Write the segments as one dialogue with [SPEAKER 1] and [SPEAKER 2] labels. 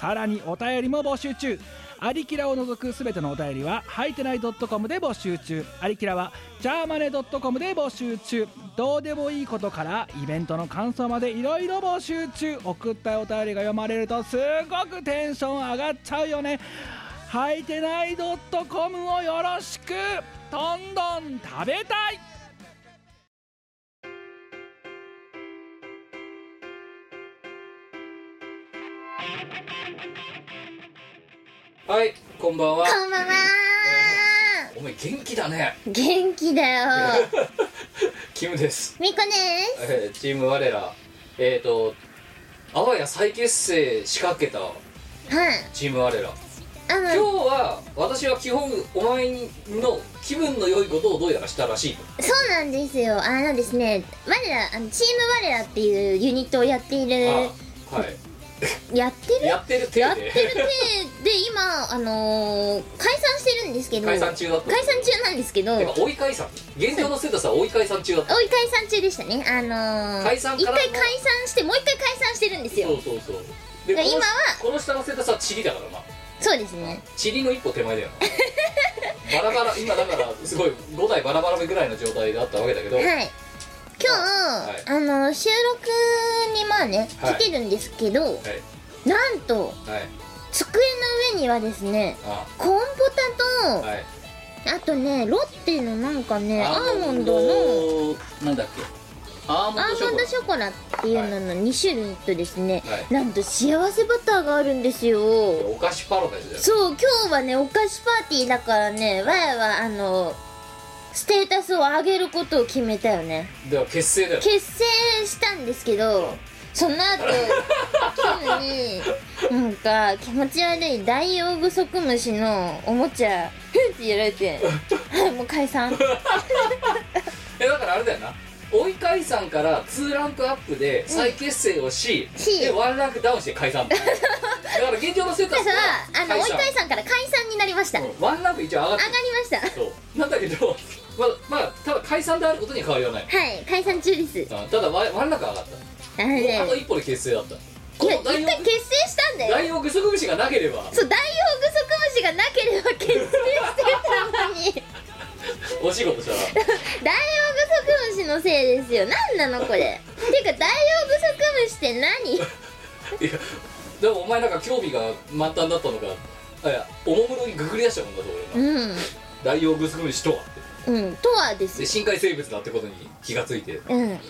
[SPEAKER 1] さらにお便りも募集中アリキラを除くすべてのお便りは、はいてない .com で募集中。アリキラは、ジャーマネ .com で募集中。どうでもいいことから、イベントの感想までいろいろ募集中。送ったお便りが読まれると、すごくテンション上がっちゃうよね。はいてない .com をよろしくどんどん食べたい
[SPEAKER 2] はいこんばんは
[SPEAKER 3] こんばんは
[SPEAKER 2] お前元気だね
[SPEAKER 3] 元気だよ
[SPEAKER 2] キムです、
[SPEAKER 3] みこです
[SPEAKER 2] えーチーム我らえっ、ー、とあわや再結成仕掛けた
[SPEAKER 3] はい
[SPEAKER 2] チーム我ら
[SPEAKER 3] あ
[SPEAKER 2] 今日
[SPEAKER 3] の
[SPEAKER 2] は私は基本お前の気分の良いことをどうやらしたらしい
[SPEAKER 3] そうなんですよあのですね我らあのチーム我らっていうユニットをやっている
[SPEAKER 2] あはい
[SPEAKER 3] やってる
[SPEAKER 2] やってる手
[SPEAKER 3] やってる
[SPEAKER 2] で
[SPEAKER 3] 手で今あのー解散してるんですけど
[SPEAKER 2] 解散中だった
[SPEAKER 3] 解散中なんですけど
[SPEAKER 2] てか追い解散現状のステータスは追い解散中だった
[SPEAKER 3] おい解散中でしたねあのー、
[SPEAKER 2] 解散
[SPEAKER 3] 一
[SPEAKER 2] から
[SPEAKER 3] 回
[SPEAKER 2] の
[SPEAKER 3] 解散してもう一回解散してるんです
[SPEAKER 2] そ
[SPEAKER 3] よ
[SPEAKER 2] うそうそうで
[SPEAKER 3] いや
[SPEAKER 2] この
[SPEAKER 3] 今は
[SPEAKER 2] この下のステータスはチリだからな
[SPEAKER 3] そうですね
[SPEAKER 2] チリの一歩手前だよなバラバラ今だからすごい5台バラバラぐらいの状態だったわけだけど、
[SPEAKER 3] はい今
[SPEAKER 2] はい
[SPEAKER 3] 日、あのー収録にまあね
[SPEAKER 2] はい
[SPEAKER 3] 来てるんですけど、
[SPEAKER 2] はい
[SPEAKER 3] なんと
[SPEAKER 2] はい
[SPEAKER 3] 机の上にはですね
[SPEAKER 2] あ
[SPEAKER 3] コーンポタと、
[SPEAKER 2] はい
[SPEAKER 3] あとねロッテのなんかねアーモンドの
[SPEAKER 2] なんだっけアーモン
[SPEAKER 3] ア
[SPEAKER 2] ド
[SPEAKER 3] ー
[SPEAKER 2] ショ
[SPEAKER 3] モン
[SPEAKER 2] コ
[SPEAKER 3] ド
[SPEAKER 2] ラ
[SPEAKER 3] ショコラっていうのの2種類とですね、
[SPEAKER 2] はい
[SPEAKER 3] なんと幸せバターがあるんですよ
[SPEAKER 2] お菓子パラダイスだよ
[SPEAKER 3] そう今日はねお菓子パーティーだからねわやはあのステータスを上げることを決めたよね
[SPEAKER 2] では結成だよ
[SPEAKER 3] 結成したんですけどその後急になんか気持ち悪いダイオウグソクムシのおもちゃふんってやられてはいもう解 散
[SPEAKER 2] えだからあれだよな追い解散から2ランクアップで再結成をし、
[SPEAKER 3] し
[SPEAKER 2] で1ランクダウンして 解散だから現状のステータ
[SPEAKER 3] だ
[SPEAKER 2] ス
[SPEAKER 3] か
[SPEAKER 2] は
[SPEAKER 3] らあの追い解散から解散になりました上が
[SPEAKER 2] うんワンランク一応上がっ
[SPEAKER 3] り
[SPEAKER 2] て
[SPEAKER 3] ました
[SPEAKER 2] るそうなんだけど まあまあただ解散であることには変わりはない
[SPEAKER 3] はい解散中です
[SPEAKER 2] あただワンワンランク上がっ
[SPEAKER 3] あの
[SPEAKER 2] たあと
[SPEAKER 3] ね
[SPEAKER 2] 一歩で結成だった
[SPEAKER 3] い
[SPEAKER 2] こ
[SPEAKER 3] や
[SPEAKER 2] の
[SPEAKER 3] 一回
[SPEAKER 2] 大王
[SPEAKER 3] 結成したんだよ
[SPEAKER 2] 大王グソクムシがなければ
[SPEAKER 3] そうダイオウグソクムシがなければ結成してたのに
[SPEAKER 2] お仕事したら
[SPEAKER 3] ダイオウグソクムシのせいですよ何なのこれてかダイオウグソクムシって何
[SPEAKER 2] いやでもお前なんか興味が末端だったのかあいやおもむろにググり出したもんだぞ俺がダイオウグスクムシとはって
[SPEAKER 3] うんうんとはです
[SPEAKER 2] で
[SPEAKER 3] よ
[SPEAKER 2] 深海生物だってことに気がついて
[SPEAKER 3] うんはい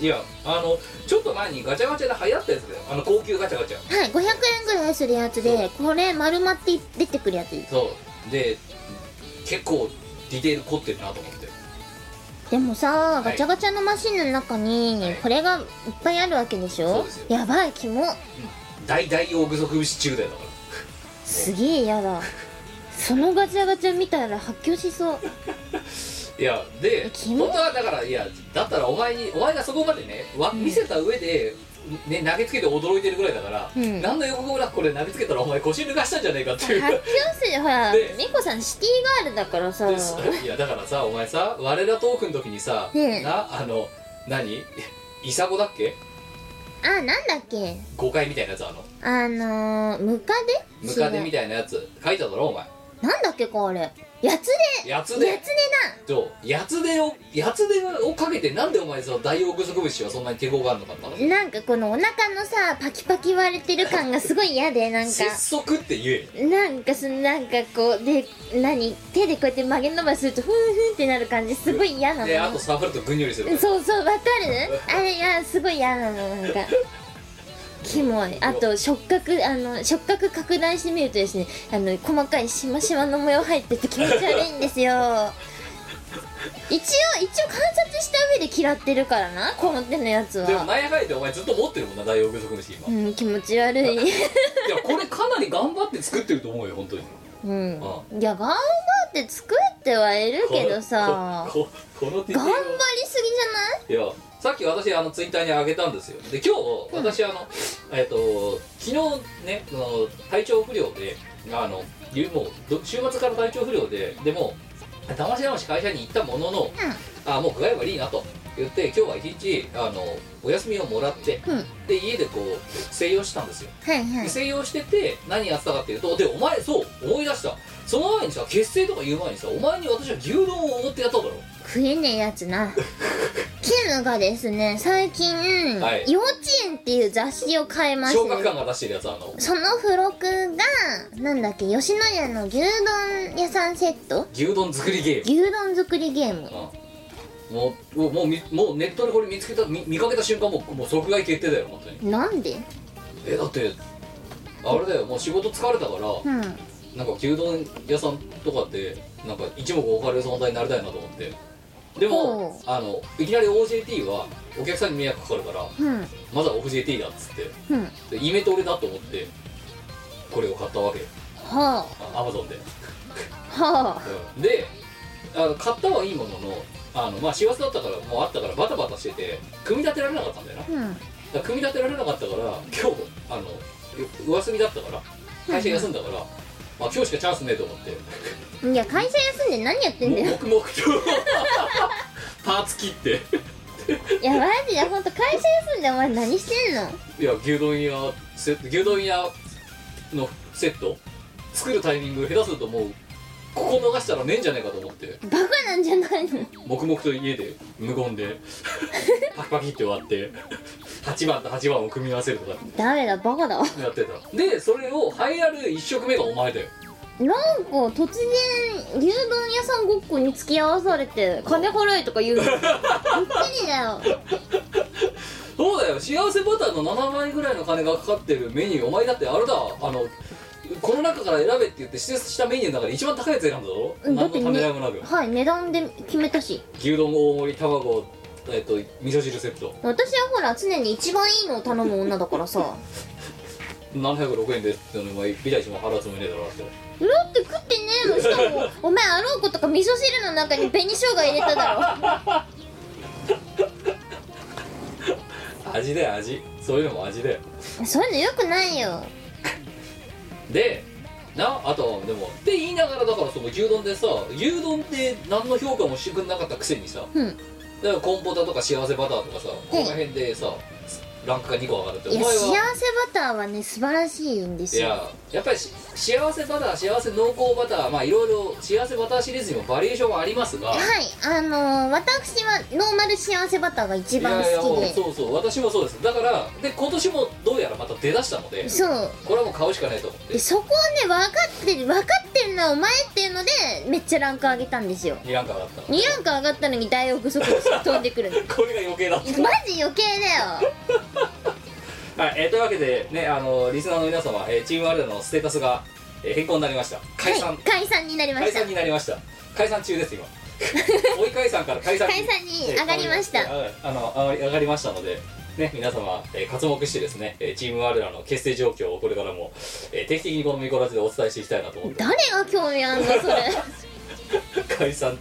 [SPEAKER 2] いやあのちょっと前にガチャガチャで流行ったやつだよあの高級ガチャガチャ
[SPEAKER 3] 500円ぐらいするやつでこれ丸まって出てくるやつです
[SPEAKER 2] そうで結構ディテール凝ってるなと思って
[SPEAKER 3] でもさ
[SPEAKER 2] い
[SPEAKER 3] ガチャガチャのマシンの中
[SPEAKER 2] は
[SPEAKER 3] に
[SPEAKER 2] い
[SPEAKER 3] これがいっぱいあるわけでし
[SPEAKER 2] そ
[SPEAKER 3] ょ
[SPEAKER 2] うですよ
[SPEAKER 3] やばいキモ
[SPEAKER 2] 大ダイオウグソクムシ中だよだから
[SPEAKER 3] すげえやだそのガチャガチャ見たら発狂しそう
[SPEAKER 2] いやで
[SPEAKER 3] キ
[SPEAKER 2] 本
[SPEAKER 3] モ
[SPEAKER 2] 当はだからいやだったらお前にお前がそこまでねわ見せた上で、ね、投げつけて驚いてるぐらいだから、
[SPEAKER 3] うん
[SPEAKER 2] 何の予告もなくこれ投げつけたらお前腰抜かしたんじゃねえかっていう
[SPEAKER 3] 発狂するほら
[SPEAKER 2] で
[SPEAKER 3] みこさんシティガールだからさ
[SPEAKER 2] でそ いやだからさお前さ我らトークの時にさ、
[SPEAKER 3] ねえ
[SPEAKER 2] なあの何イサゴだっけ
[SPEAKER 3] あなんだっけ
[SPEAKER 2] 誤解みたいなやつあの
[SPEAKER 3] あのー、ムカデ
[SPEAKER 2] ムカデみ
[SPEAKER 3] た
[SPEAKER 2] たいなやつ書いただろお前
[SPEAKER 3] なんだっけかあれやつ
[SPEAKER 2] やつ
[SPEAKER 3] でや
[SPEAKER 2] で
[SPEAKER 3] つ
[SPEAKER 2] とやつでをやつでをかけてなんでお前さダイオウグソクムシはそんなに抵抗があるのかって話
[SPEAKER 3] でななんかこのお腹のさパキパキ割れてる感がすごい嫌でなんか
[SPEAKER 2] 節足って言えよ
[SPEAKER 3] なんかそのなんかこうで何手でこうやって曲げ伸ばしするとふんふんってなる感じすごい嫌な
[SPEAKER 2] であと
[SPEAKER 3] の
[SPEAKER 2] 触るとぐにゅりするから
[SPEAKER 3] そうそうわかるあれがすごい嫌なのなんかキモいあと触覚あの触覚拡大してみるとですねあの細かいしましまの模様入ってて気持ち悪いんですよ一応一応観察した上で嫌ってるからなこの手のやつ
[SPEAKER 2] でも
[SPEAKER 3] は
[SPEAKER 2] なんやかんや言ってお前ずっと持ってるもんなダイオウグソクムシ今、
[SPEAKER 3] うん気持ち悪い
[SPEAKER 2] いやこれかなり作ってると思うよ本当に
[SPEAKER 3] うんいや頑張って作ってはいるけどさ
[SPEAKER 2] こここのディテー
[SPEAKER 3] 頑張
[SPEAKER 2] ル
[SPEAKER 3] りすぎじゃない
[SPEAKER 2] いやさっき私あのツイッターに上げたんですよで今日私あの、えっ、と昨日ねその体調不良であのゆもうど週末から体調不良ででもだましだまし会社に行ったものの、あもう具合悪いなと言って今日は一日あのお休みをもらって、
[SPEAKER 3] うん
[SPEAKER 2] で家でこう静養したんですよ
[SPEAKER 3] はいはい
[SPEAKER 2] で静養してて何やってたかっていうとでお前そう思い出したその前にさ結成とか言う前にさお前に私は牛丼をおごってやっただろ
[SPEAKER 3] 食えねえやつなキムがですね最近、
[SPEAKER 2] はい
[SPEAKER 3] 幼稚園っていう雑誌を買いまし
[SPEAKER 2] 小学
[SPEAKER 3] て
[SPEAKER 2] 館が出してるやつあの
[SPEAKER 3] その付録がなんだっけ吉野家の牛丼屋さんセット
[SPEAKER 2] 牛丼作りゲーム
[SPEAKER 3] 牛丼作りゲーム
[SPEAKER 2] もうもうもうみもうネットでこれ見つけた見見かけた瞬間もうもう即買い決定だよ本当に
[SPEAKER 3] なんで
[SPEAKER 2] えだってあれだよもう仕事疲れたから
[SPEAKER 3] うん
[SPEAKER 2] なんか牛丼屋さんとかってなんか一目置かれる存在になりたいなと思ってでもあのいきなり OJT はお客さんに迷惑かかるから
[SPEAKER 3] うん
[SPEAKER 2] まずは OJT だっつって
[SPEAKER 3] うん
[SPEAKER 2] でイメトレだと思ってこれを買ったわけ
[SPEAKER 3] は
[SPEAKER 2] アマゾンで
[SPEAKER 3] あは
[SPEAKER 2] であの買ったはいいもののあのまあ師走だったからもうあったからバタバタしてて組み立てられなかったんだよなだ
[SPEAKER 3] あうん
[SPEAKER 2] から組み立てられなかったから今日あのうお休みだったから会社休んだから、まあ、今日しかチャンスねえと思って
[SPEAKER 3] いや会社休んで何やってんだよ
[SPEAKER 2] 黙々とパーツ切って
[SPEAKER 3] いやマジでほんと会社休んでお前何してんの
[SPEAKER 2] いや牛丼屋セ牛丼屋のセット作るタイミング下手するともうここ逃したらねえんじゃねえかと思って
[SPEAKER 3] バカなんじゃないの
[SPEAKER 2] 黙々と家で無 言でパキパキって割って8番と8番を組み合わせるとか
[SPEAKER 3] ダメだバカだわ
[SPEAKER 2] やってたでそれを栄えある1食目がお前だよ
[SPEAKER 3] なんか突然牛丼屋さんごっこに付き合わされて金払えとか言う のびっくりだよ
[SPEAKER 2] そうだよ幸せボタンの7倍ぐらいの金がかかってるメニューお前だってあれだあのこの中から選べって言って指定したメニューの中で一番高いやつ選んだぞ
[SPEAKER 3] うんだ
[SPEAKER 2] 何
[SPEAKER 3] って
[SPEAKER 2] のためらいもなく
[SPEAKER 3] はい値段で決めたし
[SPEAKER 2] 牛丼大盛り卵えっと味噌汁セット
[SPEAKER 3] 私はほら常に一番いいのを頼む女だからさだ
[SPEAKER 2] 706円ですってのにお前ビタ一も払うつもりねえだろだって
[SPEAKER 3] って食ってねえのしか もお前あろうことか味噌汁の中に紅生姜入れただろ
[SPEAKER 2] 味だよ味そういうのも味だよ
[SPEAKER 3] そういうのよくないよ
[SPEAKER 2] でなあとでもって言いながらだからその牛丼でさ牛丼って何の評価もしてくれなかったくせにさ
[SPEAKER 3] うん
[SPEAKER 2] だからコンポタとか幸せバターとかさこの辺でさランクが2個上がるってお
[SPEAKER 3] い
[SPEAKER 2] 前
[SPEAKER 3] や幸せ
[SPEAKER 2] は
[SPEAKER 3] バターはね素晴らしいんです
[SPEAKER 2] い
[SPEAKER 3] よ
[SPEAKER 2] ややっぱりし幸せバター幸せ濃厚バターまあいろいろ幸せバターシリーズにもバリエーションはありますが
[SPEAKER 3] はいあのー、私はノーマル幸せバターが一番好きで
[SPEAKER 2] そうそう私もそうですだからで今年もどうやらまた出だしたので
[SPEAKER 3] そう
[SPEAKER 2] これはもう買うしかないと思って
[SPEAKER 3] でそこをね分かってる分かってるのはお前っていうのでめっちゃランク上げたんですよ
[SPEAKER 2] 2ランク上がったの
[SPEAKER 3] 2ランク上がったのに大憶測飛んで くるの
[SPEAKER 2] これが余計だった
[SPEAKER 3] マジ余計だよ
[SPEAKER 2] はい、えーというわけでねあのリスナーの皆様、えーチームワールドのステータスが、えー変更になりました解散、
[SPEAKER 3] はい、解散になりま
[SPEAKER 2] 解
[SPEAKER 3] した
[SPEAKER 2] 散になりました解散中です今 追い解散から解散
[SPEAKER 3] 解散に
[SPEAKER 2] えー
[SPEAKER 3] 上がりました
[SPEAKER 2] えーあのあ上がりましたのでね、皆様、えー活目してですね、えーチームワールドの結成状況をこれからも、えー定期的にこのミコラジでお伝えしていきたいなと思って
[SPEAKER 3] 誰が興味あんのそれ
[SPEAKER 2] 解散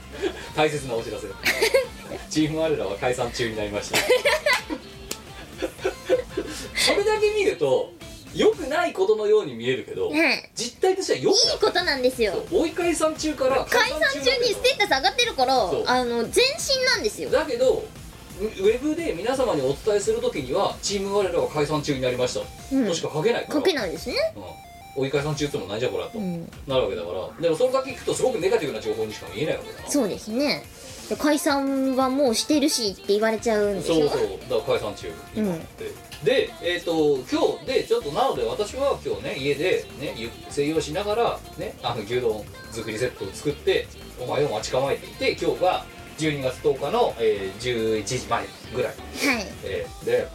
[SPEAKER 2] 大切なお 知らせチーム我らは解散中になりましたそれだけ見ると良くないことのように見えるけ ど、
[SPEAKER 3] ね
[SPEAKER 2] 実態としては良
[SPEAKER 3] えい
[SPEAKER 2] くない
[SPEAKER 3] いことなんですよ
[SPEAKER 2] 追い解散中から
[SPEAKER 3] 解散中にステータス上がってるから
[SPEAKER 2] そう
[SPEAKER 3] あの全身なんですよ
[SPEAKER 2] だけどウェブで皆様にお伝えするときにはチーム我らは解散中になりました、
[SPEAKER 3] うん
[SPEAKER 2] としか書けないから
[SPEAKER 3] 書けないですね
[SPEAKER 2] うん追い解散中ってもないじゃんこれはと、
[SPEAKER 3] うん
[SPEAKER 2] なるわけだからでもそれだけ聞くとすごくネガティブな情報にしか見えないわけだな
[SPEAKER 3] そうですねで解散はもうしてるしって言われちゃうんでしょ
[SPEAKER 2] そうそうだから解散中になって、でえっ、と今日でちょっとなので私は今日ね家でねゆ静養しながらねあの牛丼作りセットを作ってお前を待ち構えていて今日が12月10日の、えー11時前ぐらい、
[SPEAKER 3] はい
[SPEAKER 2] えーで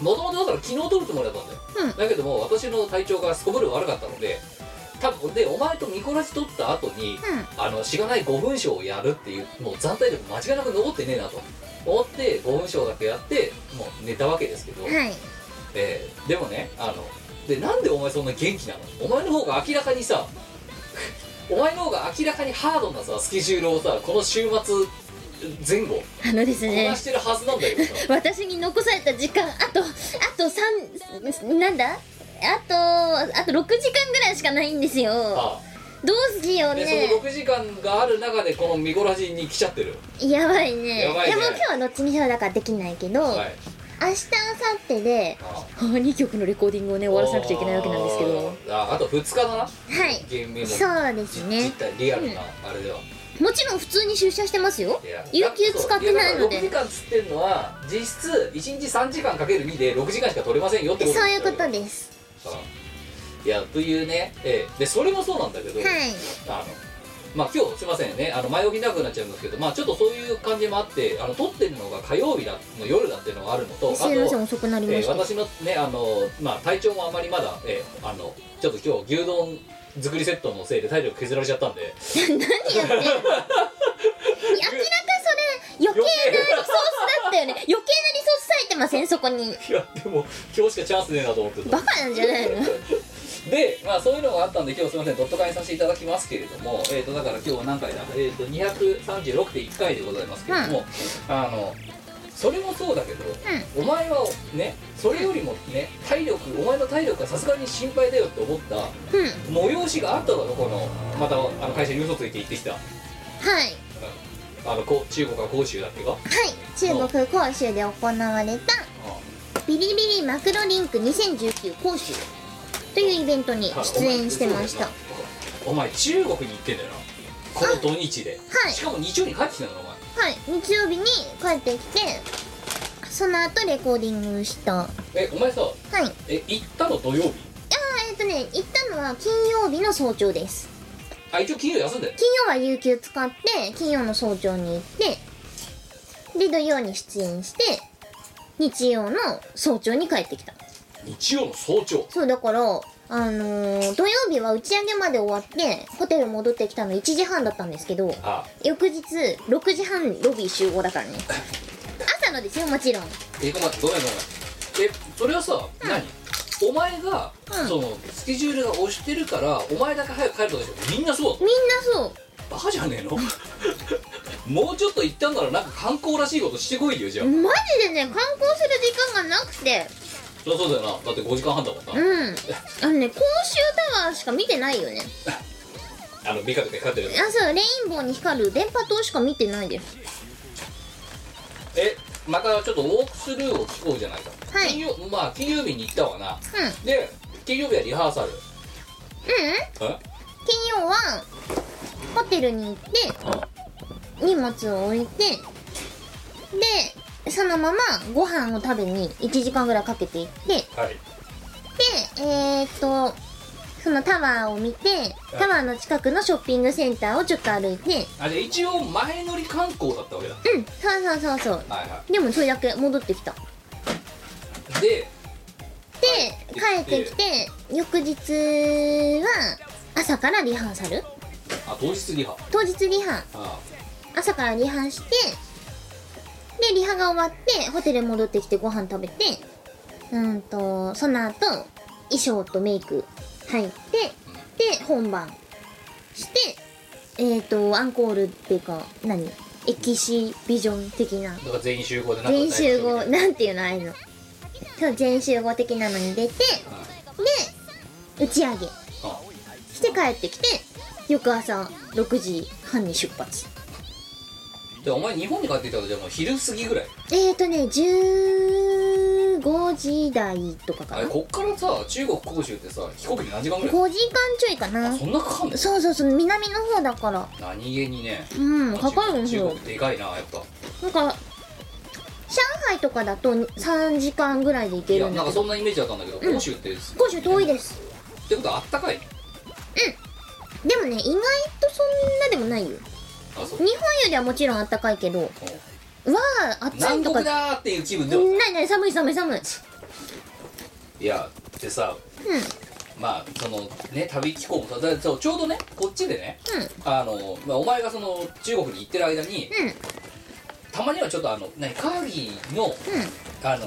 [SPEAKER 2] もともとだから昨日撮るつもりだったんだよ、
[SPEAKER 3] うん
[SPEAKER 2] だけども私の体調がすこぶる悪かったので多分でお前と見こらし撮った後に、あのしがない5分賞をやるっていうもう暫定でも間違いなく残ってねえなと思って5分賞だけやってもう寝たわけですけど、
[SPEAKER 3] うんはい
[SPEAKER 2] えーでもねあのでなんでお前そんな元気なのお前の方が明らかにさ お前の方が明らかにハードなさスケジュールをさこの週末前後
[SPEAKER 3] あのです
[SPEAKER 2] こ
[SPEAKER 3] ね
[SPEAKER 2] なしてるはずなん だけどさ
[SPEAKER 3] 私に残された時間あとあと3なんだあとあと6時間ぐらいしかないんですよ
[SPEAKER 2] あ
[SPEAKER 3] どうしよう
[SPEAKER 2] あで
[SPEAKER 3] ね
[SPEAKER 2] その6時間がある中でこのミコラジに来ちゃってる
[SPEAKER 3] やばいね
[SPEAKER 2] やばいね
[SPEAKER 3] やもう今日はどっちにしろだからできないけど、
[SPEAKER 2] はい
[SPEAKER 3] 明日明後日で
[SPEAKER 2] あ
[SPEAKER 3] 2曲のレコーディングをね終わらせなくちゃいけないわけなんですけどは
[SPEAKER 2] ああと2日だないゲームも
[SPEAKER 3] そうですね
[SPEAKER 2] 実態リアルな、あれでは
[SPEAKER 3] もちろん普通に出社してますよ
[SPEAKER 2] いや
[SPEAKER 3] 有給使ってないので
[SPEAKER 2] 6時間つってるのは実質1日3時間かける2で6時間しか取れませんよってこと
[SPEAKER 3] そういうこと
[SPEAKER 2] す
[SPEAKER 3] です
[SPEAKER 2] いやというね、ええでそれもそうなんだけど、
[SPEAKER 3] はい
[SPEAKER 2] あのまあ今日すいませんねあの前置きなくなっちゃうんですけどまあちょっとそういう感じもあってあの撮ってるのが火曜日だの夜だっていうのがあるのとあ
[SPEAKER 3] すいません
[SPEAKER 2] と、
[SPEAKER 3] 遅くなりま
[SPEAKER 2] ええ
[SPEAKER 3] した、
[SPEAKER 2] 私のねあの、まあ、体調もあまりまだ、ええあのちょっと今日牛丼作りセットのせいで体力削られちゃったんで
[SPEAKER 3] 何やってんの明らかそれ余計なリソースだった よね余計なリソース割いてませんそこに
[SPEAKER 2] いやでも今日しかチャンスねえなと思ってた
[SPEAKER 3] バカなんじゃないの
[SPEAKER 2] で、まあ、そういうのがあったんで、今日すみません、ドット会にさせていただきますけれども、えっ、と、だから今日は何回だ、えっ、と、236.1回でございますけれども、あの、それもそうだけど、お前はね、それよりもね、体力、お前の体力がさすがに心配だよって思った
[SPEAKER 3] うんは
[SPEAKER 2] 催しがあっただろ、この、またあの会社に嘘ついて行ってきた、
[SPEAKER 3] い
[SPEAKER 2] あの、こう中国か杭州だっけか。
[SPEAKER 3] はい中国杭州で行われたビリビリマクロリンク2019杭州というイベントに出演してました
[SPEAKER 2] お前中国に行ってんだよなこの土日で、
[SPEAKER 3] はい
[SPEAKER 2] しかも日曜に帰ってきたんだろお
[SPEAKER 3] は
[SPEAKER 2] 前
[SPEAKER 3] い日曜日に帰ってきてその後レコーディングしたはい
[SPEAKER 2] えお前さ
[SPEAKER 3] あー
[SPEAKER 2] え行ったの土曜日
[SPEAKER 3] えっとね行ったのは金曜日の早朝です
[SPEAKER 2] あ一応金曜休んで
[SPEAKER 3] 金曜は有給使って金曜の早朝に行ってで土曜に出演して日曜の早朝に帰ってきた
[SPEAKER 2] 日曜の早朝
[SPEAKER 3] そうだからあのー土曜日は打ち上げまで終わってホテル戻ってきたの1時半だったんですけど
[SPEAKER 2] あ
[SPEAKER 3] 翌日6時半ロビー集合だからね朝のですよもちろん
[SPEAKER 2] えごめんごめんごめんえそれはさ、
[SPEAKER 3] うん
[SPEAKER 2] 何お前が、
[SPEAKER 3] うん
[SPEAKER 2] そのスケジュールが押してるからお前だけ早く帰るとでしょみんなそうだ
[SPEAKER 3] みんなそう
[SPEAKER 2] バカじゃね えのもうちょっと行ったんならなんか観光らしいことしてこいよじゃあ、
[SPEAKER 3] マジでね観光する時間がなくて
[SPEAKER 2] そりゃそうだよなだって5時間半だもんな、
[SPEAKER 3] うんあのね公衆タワーしか見てないよね
[SPEAKER 2] あの美化でかかってるやつ
[SPEAKER 3] あそうレインボーに光る電波塔しか見てないです
[SPEAKER 2] えまたちょっとウォークスルーを聞こうじゃないか、
[SPEAKER 3] はい
[SPEAKER 2] 金曜まあ金曜日に行ったわ
[SPEAKER 3] う
[SPEAKER 2] な
[SPEAKER 3] んうん
[SPEAKER 2] で金曜日はリハーサルえ
[SPEAKER 3] 金曜はホテルに行って荷物を置いてでそのままご飯を食べに1時間ぐらいかけて行ってで
[SPEAKER 2] はい
[SPEAKER 3] えー、っとそのタワーを見てタワーの近くのショッピングセンターをちょっと歩いて
[SPEAKER 2] あじゃあ一応前乗り観光だったわけだ
[SPEAKER 3] うんそうそうそうそう
[SPEAKER 2] はいは
[SPEAKER 3] でもそれだけ戻ってきた
[SPEAKER 2] いで
[SPEAKER 3] で帰ってきて翌日は朝からリハーサル
[SPEAKER 2] あ当日リハ
[SPEAKER 3] 当日リハ
[SPEAKER 2] あ
[SPEAKER 3] 朝からリハしてでリハが終わってホテル戻ってきてご飯食べてうんとその後衣装とメイク入ってで本番してえっ、ー、とアンコールっていうか何エキシビジョン的な
[SPEAKER 2] だから全員集合でなんか
[SPEAKER 3] 全集合
[SPEAKER 2] 歌いましょうみ
[SPEAKER 3] なんていうのああいうのそう全集合的なのに出て
[SPEAKER 2] たいな
[SPEAKER 3] で打ち上げ
[SPEAKER 2] はいうん
[SPEAKER 3] して帰ってきて翌朝6時半に出発
[SPEAKER 2] でお前日本に帰ってきたのじゃあもう昼過ぎぐらい
[SPEAKER 3] えーとね15時台とかか
[SPEAKER 2] あ
[SPEAKER 3] な
[SPEAKER 2] れ
[SPEAKER 3] 5
[SPEAKER 2] こっからさ中国杭州ってさ飛行機で何時間ぐ
[SPEAKER 3] 時
[SPEAKER 2] らい
[SPEAKER 3] 間ちょいかな
[SPEAKER 2] そんなかかんの
[SPEAKER 3] そうそうそう南の方だから
[SPEAKER 2] 何気にね
[SPEAKER 3] うんかかるんです
[SPEAKER 2] 中
[SPEAKER 3] よ
[SPEAKER 2] 国でかいなやっぱ
[SPEAKER 3] なんか上海とかだと3時間ぐらいで行
[SPEAKER 2] い
[SPEAKER 3] ける
[SPEAKER 2] や
[SPEAKER 3] ん
[SPEAKER 2] な
[SPEAKER 3] だけ
[SPEAKER 2] んか
[SPEAKER 3] ど
[SPEAKER 2] そんなイメージだったんだけど
[SPEAKER 3] うん
[SPEAKER 2] 杭州って
[SPEAKER 3] 少し遠いです
[SPEAKER 2] ってことはあったかい
[SPEAKER 3] でもね意外とそんなでもないよ
[SPEAKER 2] あそう
[SPEAKER 3] 日本よりはもちろん暖かいけどわあ暑い
[SPEAKER 2] 南
[SPEAKER 3] と
[SPEAKER 2] 国
[SPEAKER 3] か
[SPEAKER 2] だーっていう気分でも
[SPEAKER 3] ないない寒い寒い寒い
[SPEAKER 2] いやでさ
[SPEAKER 3] うん
[SPEAKER 2] まあそのね旅機構もさだそうちょうどねこっちでね
[SPEAKER 3] うん
[SPEAKER 2] あの、まあ、お前がその中国に行ってる間に
[SPEAKER 3] うん
[SPEAKER 2] たまにはちょっとあの何カーギーの
[SPEAKER 3] うん
[SPEAKER 2] あの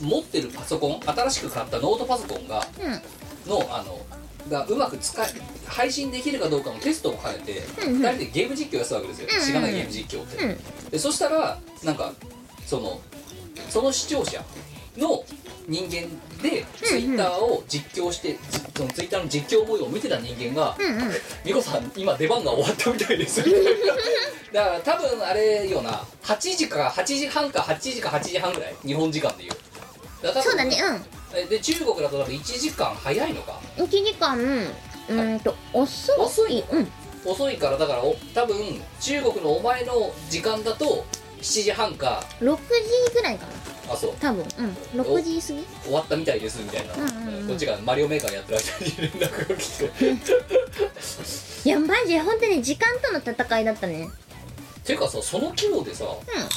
[SPEAKER 2] 持ってるパソコン新しく買ったノートパソコンが
[SPEAKER 3] うん
[SPEAKER 2] のあのがうまく使い配信できるかどうかのテストを変えて、
[SPEAKER 3] うんうん
[SPEAKER 2] 2人でゲーム実況やってたわけですよ、
[SPEAKER 3] うんうん
[SPEAKER 2] 知らないゲーム実況って、
[SPEAKER 3] うん
[SPEAKER 2] でそしたらなんかそのその視聴者の人間でツイッターを実況して、じそのツイッターの実況模様を見てた人間が
[SPEAKER 3] うんうん
[SPEAKER 2] 「美子さん今出番が終わったみた いです」みたいなだから多分あれよな8時か8時半か8時か8時半ぐらい日本時間でいうだから多分
[SPEAKER 3] そうだね
[SPEAKER 2] えで中国だと多分1時間早いのか
[SPEAKER 3] うん1時間うーんと遅い
[SPEAKER 2] 遅い
[SPEAKER 3] うん
[SPEAKER 2] 遅いからだからお多分中国のお前の時間だと7時半か
[SPEAKER 3] 6時ぐらいかな
[SPEAKER 2] あそう
[SPEAKER 3] 多分うん6時過ぎ
[SPEAKER 2] 終わったみたいですみたいな、
[SPEAKER 3] うんうんうん
[SPEAKER 2] こっちがマリオメーカーやってる間に連絡が来て
[SPEAKER 3] いやマジ本当に時間との戦いだったね
[SPEAKER 2] ていうかさその規模でさ、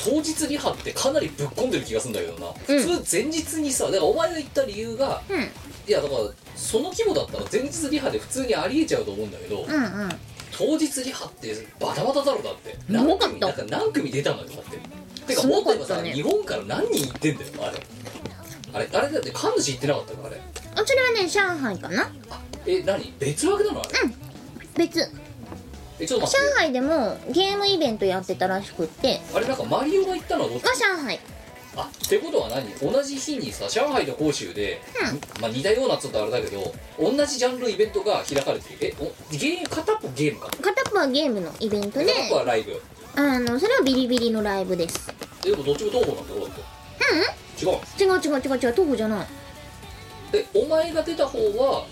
[SPEAKER 2] 当日リハってかなりぶっ込んでる気がするんだけどな、
[SPEAKER 3] うん
[SPEAKER 2] 普通前日にさだからお前が言った理由が
[SPEAKER 3] うん
[SPEAKER 2] いやだからその規模だったら前日リハで普通にありえちゃうと思うんだけど、
[SPEAKER 3] うんうん
[SPEAKER 2] 当日リハってバタバタだろだって
[SPEAKER 3] 多か
[SPEAKER 2] 組
[SPEAKER 3] った
[SPEAKER 2] なんか何組出たのよだっててか
[SPEAKER 3] す
[SPEAKER 2] も
[SPEAKER 3] ご
[SPEAKER 2] っ
[SPEAKER 3] か
[SPEAKER 2] と言えば
[SPEAKER 3] った
[SPEAKER 2] さ、
[SPEAKER 3] ね
[SPEAKER 2] 日本から何人行ってんだよあれあれあれだって神主行ってなかったからあれ
[SPEAKER 3] あそれはね上海かな
[SPEAKER 2] あえ何別枠なのあれ
[SPEAKER 3] 別
[SPEAKER 2] えちょっと待
[SPEAKER 3] 上
[SPEAKER 2] って
[SPEAKER 3] 海でもゲームイベントやってたらしくって
[SPEAKER 2] あれなんかマリオが行ったのはどっち
[SPEAKER 3] が上海
[SPEAKER 2] あってことは何同じ日にさ上海と広州で、まあ似たようなちょっとあれだけど同じジャンルイベントが開かれてるえおゲーム片っぽゲームか
[SPEAKER 3] 片っぽはゲームのイベントで
[SPEAKER 2] 片っぽはライブ
[SPEAKER 3] あのそれはビリビリのライブです
[SPEAKER 2] えでもどっちも東方なんだろうだって違う
[SPEAKER 3] 違う違う違う違う東宝じゃない
[SPEAKER 2] えお前が出た方は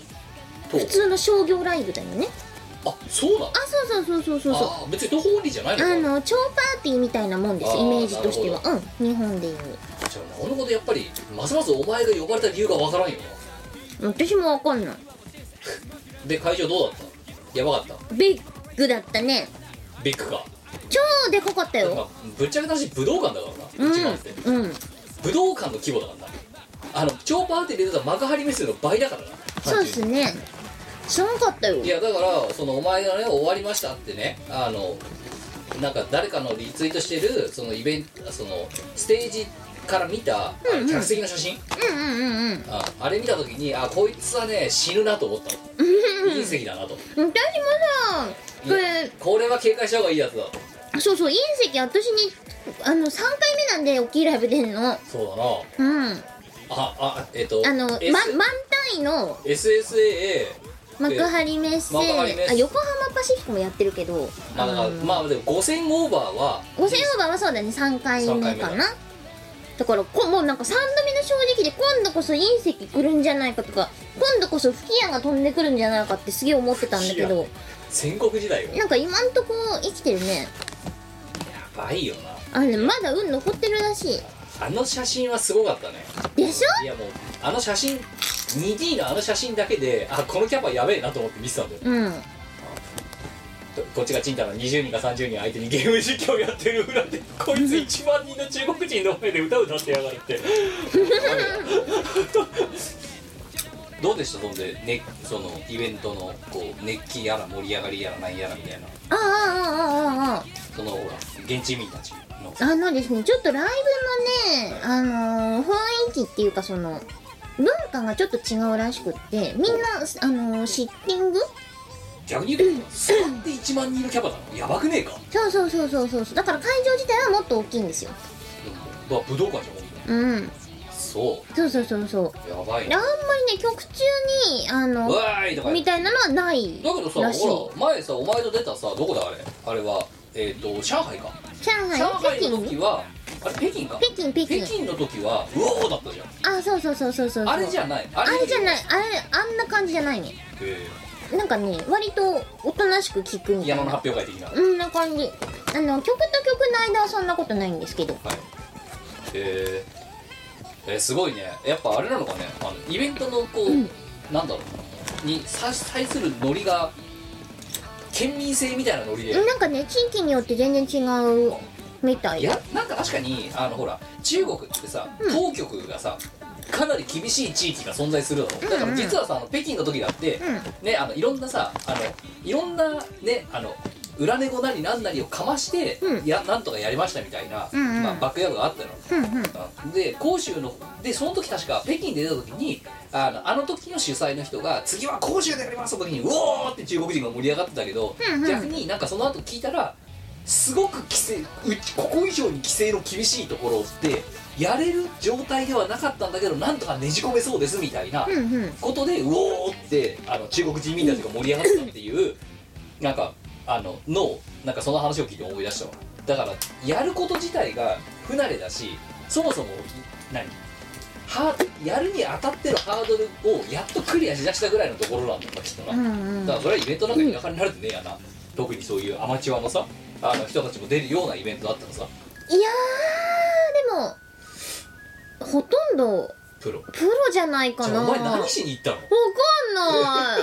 [SPEAKER 3] 普
[SPEAKER 2] 東
[SPEAKER 3] 通の商業ライブだよね
[SPEAKER 2] あそうなの
[SPEAKER 3] あそうそうそうそうそうそう
[SPEAKER 2] あー別に途方にじゃないの
[SPEAKER 3] あ
[SPEAKER 2] か
[SPEAKER 3] の超パーティーみたいなもんです
[SPEAKER 2] あー
[SPEAKER 3] イメージとしてはうん日本でいう
[SPEAKER 2] じゃあなるほどやっぱりますますお前が呼ばれた理由がわからんよな
[SPEAKER 3] 私もわかんない
[SPEAKER 2] で会場どうだったやばかった
[SPEAKER 3] ビッグだったね
[SPEAKER 2] ビッグか
[SPEAKER 3] 超でかかった
[SPEAKER 2] ま
[SPEAKER 3] よ
[SPEAKER 2] あぶっちゃけた話武道館だから
[SPEAKER 3] う
[SPEAKER 2] なん一番って
[SPEAKER 3] うん
[SPEAKER 2] 武道館の規模だからなあの超パーティーで出た幕張メッセの倍だからな
[SPEAKER 3] そうですねすごかったよ
[SPEAKER 2] いやだからそのお前がね終わりましたってねあのなんか誰かのリツイートしてるそのイベントそのステージから見たあの客席の写真、
[SPEAKER 3] うんうんうんうん
[SPEAKER 2] ああれ見た時にあこいつはね死ぬなと思ったの隕石だなと
[SPEAKER 3] 私もさこれ
[SPEAKER 2] これは警戒した方がいいやつだ
[SPEAKER 3] そうそう隕石私にあの3回目なんで大きいライブ出んの
[SPEAKER 2] そうだな
[SPEAKER 3] うん
[SPEAKER 2] ああえっ、と
[SPEAKER 3] あの、ま、満
[SPEAKER 2] S
[SPEAKER 3] 単位の
[SPEAKER 2] SSAA
[SPEAKER 3] 幕張メッセ
[SPEAKER 2] 幕張メッセ
[SPEAKER 3] あ横浜パシフィコもやってるけど
[SPEAKER 2] まあだから、
[SPEAKER 3] の
[SPEAKER 2] まあでも5000オーバーは
[SPEAKER 3] 5000オーバーはそうだね3回目か
[SPEAKER 2] 三回目
[SPEAKER 3] なだからこもうなんか3度目の正直で今度こそ隕石来るんじゃないかとか今度こそ吹き矢が飛んでくるんじゃないかってすげえ思ってたんだけど
[SPEAKER 2] 戦国時代よや
[SPEAKER 3] なんか今んとこ生きてるね
[SPEAKER 2] ばいよ
[SPEAKER 3] あのねまだ運残ってるらしい
[SPEAKER 2] なあの写真はすごかったね
[SPEAKER 3] でし
[SPEAKER 2] いやもうあの写真 2D のあの写真だけであこのキャパやべえなと思って見てたんだよ
[SPEAKER 3] ょうん
[SPEAKER 2] ここっちがチンタの20人か30人相手に ゲーム実況やってる裏でこいつ1万人の中国人の前で歌歌ってやがるって どうでしたそんで、ね、そのイベントのこう熱気やら盛り上がりやらなんやらみたいな
[SPEAKER 3] ああああああああ
[SPEAKER 2] そのほら現地民たちの
[SPEAKER 3] あのですね、ちょっとライブのね、あのー雰囲気っていうかその、文化がちょっと違うらしくって、みんな、あのーシッティング
[SPEAKER 2] 逆に言うと座って1万人のキャパなのやばくねえか
[SPEAKER 3] そうそうそうそうそうそう。だから会場自体はもっと大きいんですよ。
[SPEAKER 2] だから武道館じゃん本
[SPEAKER 3] うん。
[SPEAKER 2] 当にそ
[SPEAKER 3] そうそうそうそう
[SPEAKER 2] やばい
[SPEAKER 3] で。あ
[SPEAKER 2] な
[SPEAKER 3] ま
[SPEAKER 2] ん
[SPEAKER 3] りね、曲中に、あ
[SPEAKER 2] う
[SPEAKER 3] の、
[SPEAKER 2] わーいとか言
[SPEAKER 3] み
[SPEAKER 2] って
[SPEAKER 3] たいなのはない
[SPEAKER 2] だけど
[SPEAKER 3] ら
[SPEAKER 2] さ
[SPEAKER 3] しい。
[SPEAKER 2] ほら前さお前と出たさどこだあれあれはえっ、と上海か、
[SPEAKER 3] 上海、
[SPEAKER 2] 上
[SPEAKER 3] 北
[SPEAKER 2] 海の時
[SPEAKER 3] 京
[SPEAKER 2] はあれ北京か
[SPEAKER 3] 北京、北京。
[SPEAKER 2] の時はうおーだったじゃん
[SPEAKER 3] あ、そうそうそうそうそうそう。
[SPEAKER 2] あれじゃないあ、
[SPEAKER 3] あれじゃないい、あれ、あんな感じじゃないね。
[SPEAKER 2] え
[SPEAKER 3] なんかね、割とおとなしく聞くみ
[SPEAKER 2] ー
[SPEAKER 3] たい
[SPEAKER 2] 山の
[SPEAKER 3] な。
[SPEAKER 2] 発表会的な、は
[SPEAKER 3] う
[SPEAKER 2] い
[SPEAKER 3] んな感じあの曲と曲の間はそんなことないんですけど
[SPEAKER 2] えーえーすごいねやっぱあれなのかねあのイベントのこう、
[SPEAKER 3] うん
[SPEAKER 2] なんだろうにさ対するノリが県民性みたいなノリで、
[SPEAKER 3] なんかね地域によって全然違うみたい
[SPEAKER 2] いやなんか確かにあのほら中国ってさ当局がさ、かなり厳しい地域が存在するだろうだから実はさあの北京の時だって、
[SPEAKER 3] うん
[SPEAKER 2] ねあのいろんなさあのいろんなねあの裏猫なり何なりをかまして、
[SPEAKER 3] うん
[SPEAKER 2] やなんとかやりましたみたいな、
[SPEAKER 3] うんうん
[SPEAKER 2] まあ、バックヤードがあったの
[SPEAKER 3] うんうん
[SPEAKER 2] で広州のでその時確か北京で出た時にあのあの時の主催の人が「次は広州でやります」の時に「うおー!」って中国人が盛り上がってたけど、
[SPEAKER 3] うんうん
[SPEAKER 2] 逆になんかその後聞いたらすごく規制うここ以上に規制の厳しいところってやれる状態ではなかったんだけどなんとかねじ込めそうですみたいな
[SPEAKER 3] うんうん
[SPEAKER 2] ことで「うおー!」ってあの中国人民たちが盛り上がったっていうなんかあののをなんかその話を聞いて思い出したわだからやること自体が不慣れだしそもそも何ハーやるに当たってるハードルをやっとクリアしだしたぐらいのところなんだなきっとな、
[SPEAKER 3] う
[SPEAKER 2] だ
[SPEAKER 3] んうん
[SPEAKER 2] からそれはイベントなんかにかになるとねえやな特にそういうアマチュアのさあの人たちも出るようなイベントだったらさ
[SPEAKER 3] いやーでもほとんど
[SPEAKER 2] プロ
[SPEAKER 3] プロじゃないか
[SPEAKER 2] じゃ
[SPEAKER 3] な
[SPEAKER 2] あお
[SPEAKER 3] わ
[SPEAKER 2] 前何しに行ったの
[SPEAKER 3] かんな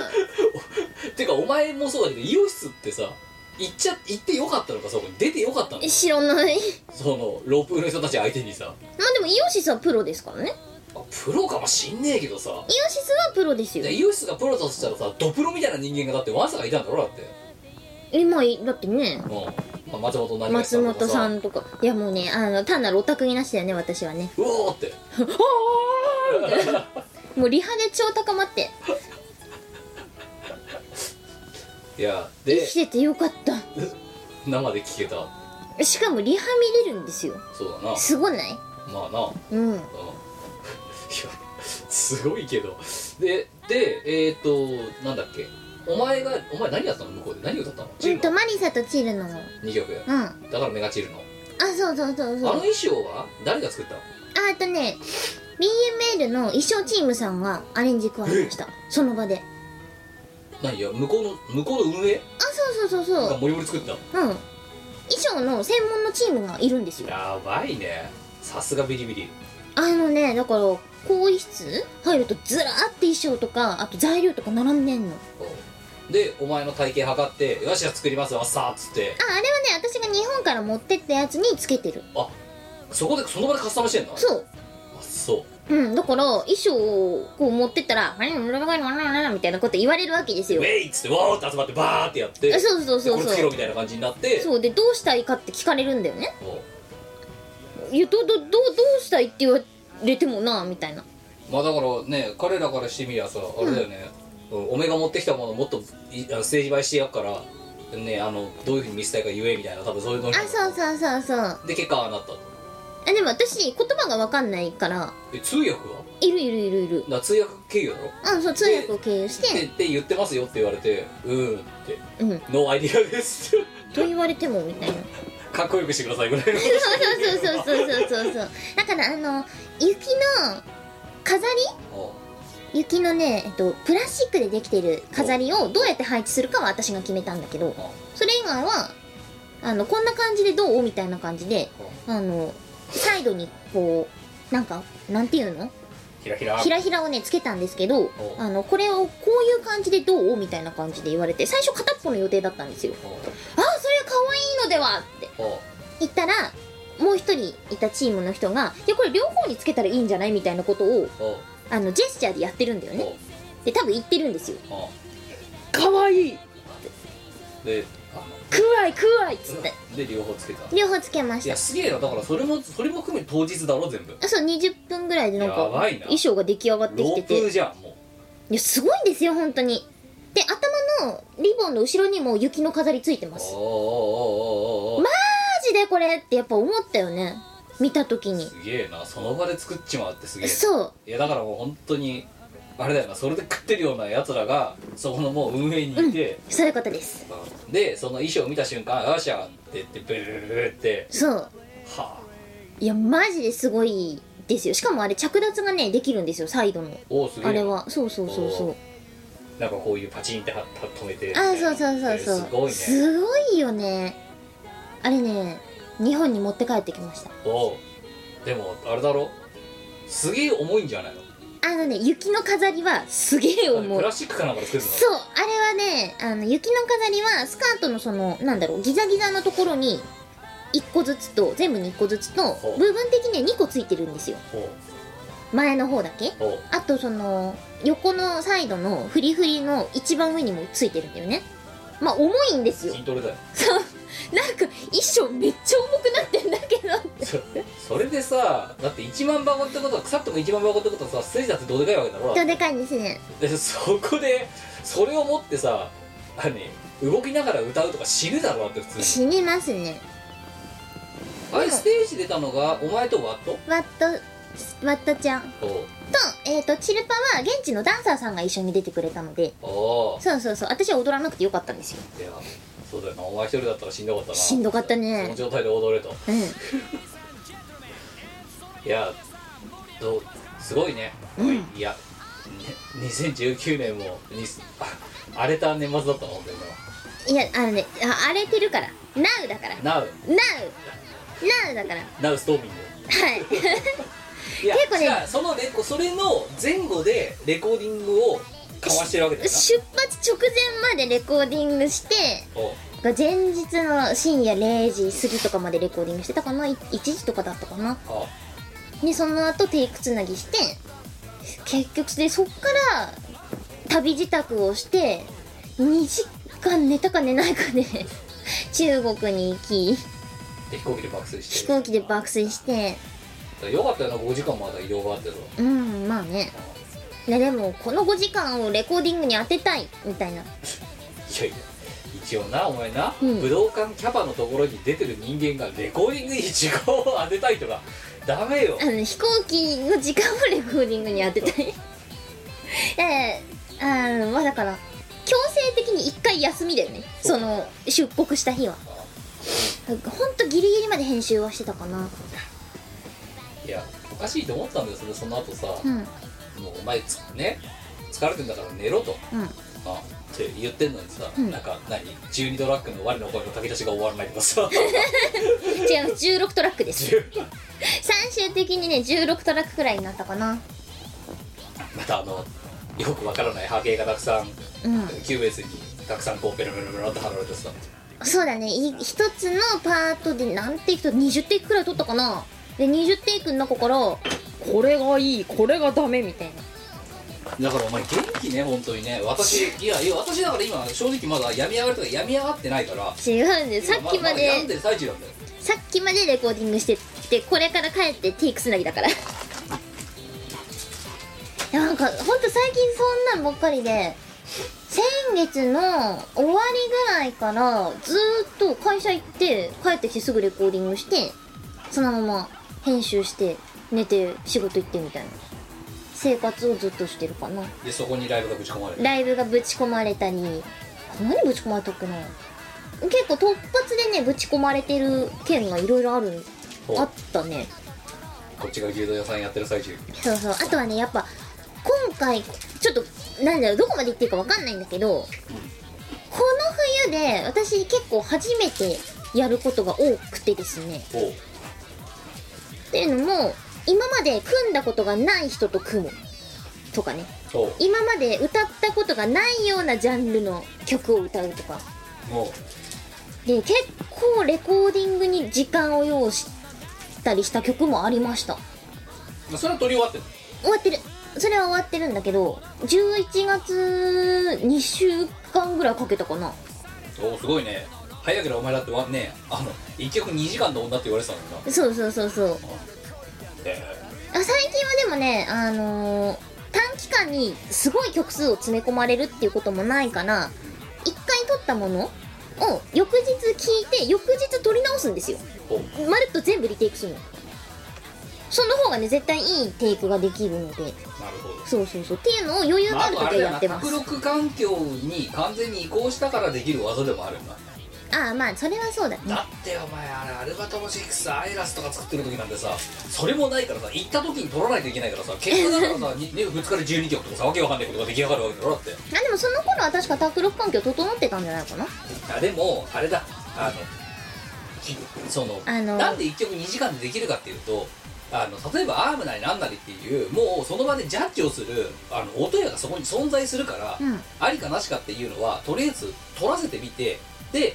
[SPEAKER 3] い
[SPEAKER 2] てかお前もそうだけど医容室ってさ行っちゃ行ってよかったのかそこに出てよかったのか
[SPEAKER 3] え知らない
[SPEAKER 2] そのロープの人たち相手にさ
[SPEAKER 3] まあでもイオシスはプロですからねイ
[SPEAKER 2] あプロかもしんねえけどさ
[SPEAKER 3] オシスはプロですよ
[SPEAKER 2] でイオシスがプロだとしたらさドプロみたいな人間がだってわざがいたんだろだって
[SPEAKER 3] えまあいだってね
[SPEAKER 2] うん、まあ、松本何々
[SPEAKER 3] 松
[SPEAKER 2] とか
[SPEAKER 3] 本さんとかいやもうねあの単なるオタクになしだよね私はね
[SPEAKER 2] うおーって
[SPEAKER 3] もうリハで超高まって
[SPEAKER 2] いや
[SPEAKER 3] 生
[SPEAKER 2] で
[SPEAKER 3] きててよかった
[SPEAKER 2] 生で聞けた
[SPEAKER 3] しかもリハ見れるんですよ
[SPEAKER 2] そうだな
[SPEAKER 3] すごない
[SPEAKER 2] まあなうん
[SPEAKER 3] う ん
[SPEAKER 2] いやすごいけどででえっ、ー、となんだっけお前がお前何やったの向こうで何歌ったのチ
[SPEAKER 3] う
[SPEAKER 2] ル
[SPEAKER 3] んと
[SPEAKER 2] の
[SPEAKER 3] マリサとチルのうん
[SPEAKER 2] 2曲
[SPEAKER 3] あ
[SPEAKER 2] だからメガチルの
[SPEAKER 3] そうそうそう
[SPEAKER 2] あ
[SPEAKER 3] そ
[SPEAKER 2] の
[SPEAKER 3] う
[SPEAKER 2] 衣装は誰が作ったの
[SPEAKER 3] ああとね BML の衣装チームさんがアレンジ加えましたその場で
[SPEAKER 2] 何いや向こうの向こうの運営
[SPEAKER 3] あそうそうそうそ
[SPEAKER 2] が
[SPEAKER 3] う
[SPEAKER 2] モリモリ作ったの
[SPEAKER 3] うん衣装の専門のチームがいるんですよ
[SPEAKER 2] やばいねさすがビリビリ
[SPEAKER 3] あのねだから更衣室入るとずらーって衣装とかあと材料とか並んでんのあ
[SPEAKER 2] でお前の体型測って「よしじゃあ作りますわさ」っつって
[SPEAKER 3] あれはね私が日本から持ってったやつにつけてる
[SPEAKER 2] そこでその場でカスタムしてんの
[SPEAKER 3] そう
[SPEAKER 2] あそう
[SPEAKER 3] うん、だから衣装をこう持ってったら「あれみたいなこと言われるわけです
[SPEAKER 2] 「ウ
[SPEAKER 3] よ
[SPEAKER 2] ェイ!」っつってわーって集まってバーってやって
[SPEAKER 3] そうそうそう
[SPEAKER 2] でこ
[SPEAKER 3] そ
[SPEAKER 2] れつけろ
[SPEAKER 3] う
[SPEAKER 2] みたいな感じになって
[SPEAKER 3] そうでどうしたいかって聞かれるんだよね
[SPEAKER 2] も
[SPEAKER 3] いやどどどうどうしたいって言われてもなみたいな
[SPEAKER 2] うまあだからね彼らからしてみりゃさあれだよね、うんおめが持ってきたものをもっといあのステージバイしてやっからねあのどういうふうに見せたいか言えみたいな多分そういうの
[SPEAKER 3] あそうそうそうそうあ
[SPEAKER 2] で結果ああなったと
[SPEAKER 3] でも私言葉が分かんないから
[SPEAKER 2] え通訳はい
[SPEAKER 3] るいるいるいる
[SPEAKER 2] だから通訳経由だろ
[SPEAKER 3] うんそう通訳を経由し
[SPEAKER 2] って
[SPEAKER 3] て
[SPEAKER 2] って言ってますよって言われて「うーん」って
[SPEAKER 3] うん
[SPEAKER 2] 「ノーアイディアです」って
[SPEAKER 3] と言われてもみたいな
[SPEAKER 2] かっこよくしてくださいぐらいの
[SPEAKER 3] そうそうそうそうそうそうそうだからあの雪の飾り雪のね、えっと、プラスチックでできてる飾りをどうやって配置するかは私が決めたんだけどそれ以外はあのこんな感じでどうみたいな感じであのサイドにこうなんかなんていうの
[SPEAKER 2] ひらひら
[SPEAKER 3] ひらひらをねつけたんですけどあのこれをこういう感じでどうみたいな感じで言われて最初片っぽの予定だったんですよああそれは可愛いのではって言ったらもう一人いたチームの人が「いやこれ両方につけたらいいんじゃない?」みたいなことをあのジェスチャーでやってるんだよねで多分言ってるんですよ可愛い
[SPEAKER 2] で
[SPEAKER 3] くわいくわいっつって
[SPEAKER 2] で両方つけた
[SPEAKER 3] 両方つけま
[SPEAKER 2] い
[SPEAKER 3] し
[SPEAKER 2] やすげえなだからそれもそれも含め当日だろ全部
[SPEAKER 3] たそう20分ぐらいでなんか
[SPEAKER 2] やばいな
[SPEAKER 3] 衣装が出来上がってき
[SPEAKER 2] ロ
[SPEAKER 3] て
[SPEAKER 2] ー
[SPEAKER 3] て
[SPEAKER 2] プ
[SPEAKER 3] い
[SPEAKER 2] じゃんも
[SPEAKER 3] やすごいんですよ本当にで頭のリボンの後ろにも雪の飾りついてま
[SPEAKER 2] う
[SPEAKER 3] すマ
[SPEAKER 2] おーおーおーおーおー
[SPEAKER 3] ジでこれってやっぱ思ったよね見た時に
[SPEAKER 2] すげえなその場で作っちまうってすげえ
[SPEAKER 3] そう
[SPEAKER 2] いやだからもう本当にあれだよなそれで食ってるようなやつらがそこのもう運営にいて、
[SPEAKER 3] そういうことです
[SPEAKER 2] でその衣装を見た瞬間「よっしゃ」って言ってブルルルルルって
[SPEAKER 3] そう
[SPEAKER 2] はあ
[SPEAKER 3] いやマジですごいですよしかもあれ着脱がねできるんですよサイドの
[SPEAKER 2] おおすげえ
[SPEAKER 3] あれはそうそうそうそう
[SPEAKER 2] なんかこういうパチンってはは止めて
[SPEAKER 3] あそうそうそうそう
[SPEAKER 2] すごいね
[SPEAKER 3] すごいよねあれね日本に持って帰ってきました
[SPEAKER 2] おうでもあれだろすげえ重いんじゃないの
[SPEAKER 3] あのね雪の飾りはすげえ
[SPEAKER 2] あれ
[SPEAKER 3] 重
[SPEAKER 2] プ
[SPEAKER 3] い
[SPEAKER 2] ラスチックかなんかで作るの
[SPEAKER 3] そうあれはねあの雪の飾りはスカートのそのなんだろうギザギザのところに1個ずつと全部に1個ずつと
[SPEAKER 2] ほう
[SPEAKER 3] 部分的には2個ついてるんですよ前の方だけ
[SPEAKER 2] おうおう
[SPEAKER 3] あとその横のサイドのフリフリの一番上にもついてるんだよねまあ重いんですよ
[SPEAKER 2] 筋トレだよ
[SPEAKER 3] そう なんか衣装めっちゃ重くなってんだけどって
[SPEAKER 2] そそれでさだって1万箱ってことは腐っても1万箱ってことはさ筋だってどうでかいわけだろ
[SPEAKER 3] とでかいんですね
[SPEAKER 2] でそこでそれを持ってさあのね動きながら歌うとか死ぬだろだって普通に
[SPEAKER 3] 死にますね
[SPEAKER 2] あれステージ出たのがお前とワット
[SPEAKER 3] ワットワットちゃんと
[SPEAKER 2] と
[SPEAKER 3] えっ、とチルパは現地のダンサーさんが一緒に出てくれたので
[SPEAKER 2] ああ
[SPEAKER 3] そうそうそう私は踊らなくてよかったんですよ
[SPEAKER 2] いやそうだよなお前一人だったらしんどかったな
[SPEAKER 3] しんどかったね
[SPEAKER 2] その状態で踊れと
[SPEAKER 3] う
[SPEAKER 2] いやどうすごいね、いや、ね、2019年もにあ荒れた年末だったの本当に
[SPEAKER 3] んいやあのねあ荒れてるから NOW だから
[SPEAKER 2] な
[SPEAKER 3] NOW!NOW だからは
[SPEAKER 2] なうストーミング
[SPEAKER 3] い
[SPEAKER 2] いや
[SPEAKER 3] 結構ね
[SPEAKER 2] じゃあそのレコそれの前後でレコーディングをかわしてるわけだよ
[SPEAKER 3] 出発直前までレコーディングして
[SPEAKER 2] なおう
[SPEAKER 3] 前日の深夜0時過ぎとかまでレコーディングしてたかない1時とかだったかな
[SPEAKER 2] あ
[SPEAKER 3] でその後テイクつなぎして結局でそっから旅支度をして2時間寝たか寝ないかで 中国に行き
[SPEAKER 2] で飛行機で爆睡して
[SPEAKER 3] 飛行機で爆睡して
[SPEAKER 2] よかったよな5時間もまだ移動があってさ
[SPEAKER 3] うんまあねででもこの5時間をレコーディングに当てたいみたいない
[SPEAKER 2] やいや一応なお前な、
[SPEAKER 3] うん
[SPEAKER 2] 武道館キャバのところに出てる人間がレコーディングに時間を当てたいとかダメよ
[SPEAKER 3] あのね飛行機の時間をレコーディングに当てたいええあのまあだから強制的に1回休みだよねその出国した日はほんとギリギリまで編集はしてたかない
[SPEAKER 2] やおかしいと思ったんだよそれその後さ、
[SPEAKER 3] うんうん
[SPEAKER 2] もうお前つね疲れてんだから寝ろとあって言ってんのにさ、
[SPEAKER 3] うん
[SPEAKER 2] なんか何12ドラッグの我の声の炊き出しが終わらないとか さ
[SPEAKER 3] 違う16トラックです最終的にね16トラックくらいになったかな
[SPEAKER 2] またあのよくわからない波形がたくさん、
[SPEAKER 3] うん
[SPEAKER 2] キューベースにたくさんこうペロペロペロペロって貼られてさ
[SPEAKER 3] そうだねい一つのパートで何テイクと20テイクくらい撮ったかなで20テイクの中からこれがいいこれがダメみたいな
[SPEAKER 2] だからお前元気ね本当にね私いやいや私だから今正直まだ病み上がりとか病み上がってないから
[SPEAKER 3] 違うんですさっきま
[SPEAKER 2] だ病ん
[SPEAKER 3] で
[SPEAKER 2] でる最中なんだよ
[SPEAKER 3] さっきまでレコーディングしててこれから帰ってテイクつなぎだからいやなんかほんと最近そんなんばっかりで先月の終わりぐらいからずーっと会社行って帰ってきてすぐレコーディングしてそのまま編集して寝て仕事行ってみたいな生活をずっとしてるかな
[SPEAKER 2] でそこにライブがぶち込まれる
[SPEAKER 3] ライブがぶち込まれたり何ぶち込まれたっけな結構突発でねぶち込まれてる件がいろいろある
[SPEAKER 2] ほう
[SPEAKER 3] あったね
[SPEAKER 2] こっちが牛丼屋さんやってる最中
[SPEAKER 3] そうそうあとはねやっぱ今回ちょっとなんだろうどこまで言っていいかわかんないんだけどこの冬で私結構初めてやることが多くてですね
[SPEAKER 2] おう
[SPEAKER 3] っていうのも今まで組んだことがない人と組むとかね
[SPEAKER 2] おう
[SPEAKER 3] 今まで歌ったことがないようなジャンルの曲を歌うとか
[SPEAKER 2] もう
[SPEAKER 3] で結構レコーディングに時間を要したりした曲もありました
[SPEAKER 2] まあそれは撮り終わってる
[SPEAKER 3] 終わってるそれは終わってるんだけど11月2週間ぐらいかけたかな
[SPEAKER 2] おおすごいね早ければお前だってわねあの一曲2時間の女って言われてたもんな
[SPEAKER 3] そうそうそうそう
[SPEAKER 2] え
[SPEAKER 3] あ最近はでもねあのー短期間にすごい曲数を詰め込まれるっていうこともないから一回撮ったものを翌日聞いて翌日撮り直すんですよ
[SPEAKER 2] ーおう
[SPEAKER 3] まるっと全部リテイクするのその方がね絶対いいテイクができるので
[SPEAKER 2] なるほど
[SPEAKER 3] そうそうそうっていうのを余裕
[SPEAKER 2] まあ
[SPEAKER 3] がある時は
[SPEAKER 2] あとあれだよ
[SPEAKER 3] や
[SPEAKER 2] な
[SPEAKER 3] ってます、
[SPEAKER 2] 卓録環境に完全に移行したからできる技でもあるんだ
[SPEAKER 3] ああまあそれはそうだね
[SPEAKER 2] だってお前あれアルバトム6アイラスとか作ってる時なんてさそれもないからさ行った時に取らないといけないからさ結果だからさ 2, 日で12曲とかさわけわかんないことが出来上がるわけだろだって
[SPEAKER 3] あでもその頃は確か卓録環境整ってたんじゃないかな
[SPEAKER 2] あでもあれだあのきその、
[SPEAKER 3] あの
[SPEAKER 2] なんで1曲2時間でできるかっていうとあの例えばアームなりなんなりっていうもうその場でジャッジをするあの音やがそこに存在するから、
[SPEAKER 3] うん
[SPEAKER 2] ありかなしかっていうのはとりあえず取らせてみてで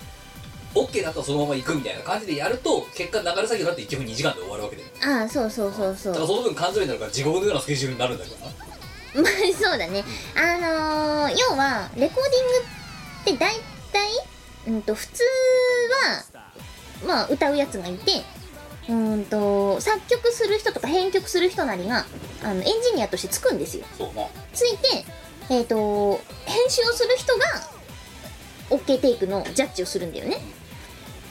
[SPEAKER 2] OK だったらそのまま行くみたいな感じでやると結果流れ先だって1曲2時間で終わるわけで
[SPEAKER 3] ああそうそうそうそう
[SPEAKER 2] だからその分缶詰になるから地獄のようなスケジュールになるんだけどな
[SPEAKER 3] まあそうだねあのー、要はレコーディングって大体、うん、と普通は、まあ、歌うやつがいてうんと作曲する人とか編曲する人なりがあのエンジニアとしてつくんですよ
[SPEAKER 2] そうな
[SPEAKER 3] ついて、えー、と編集をする人が OK テイクのジャッジをするんだよね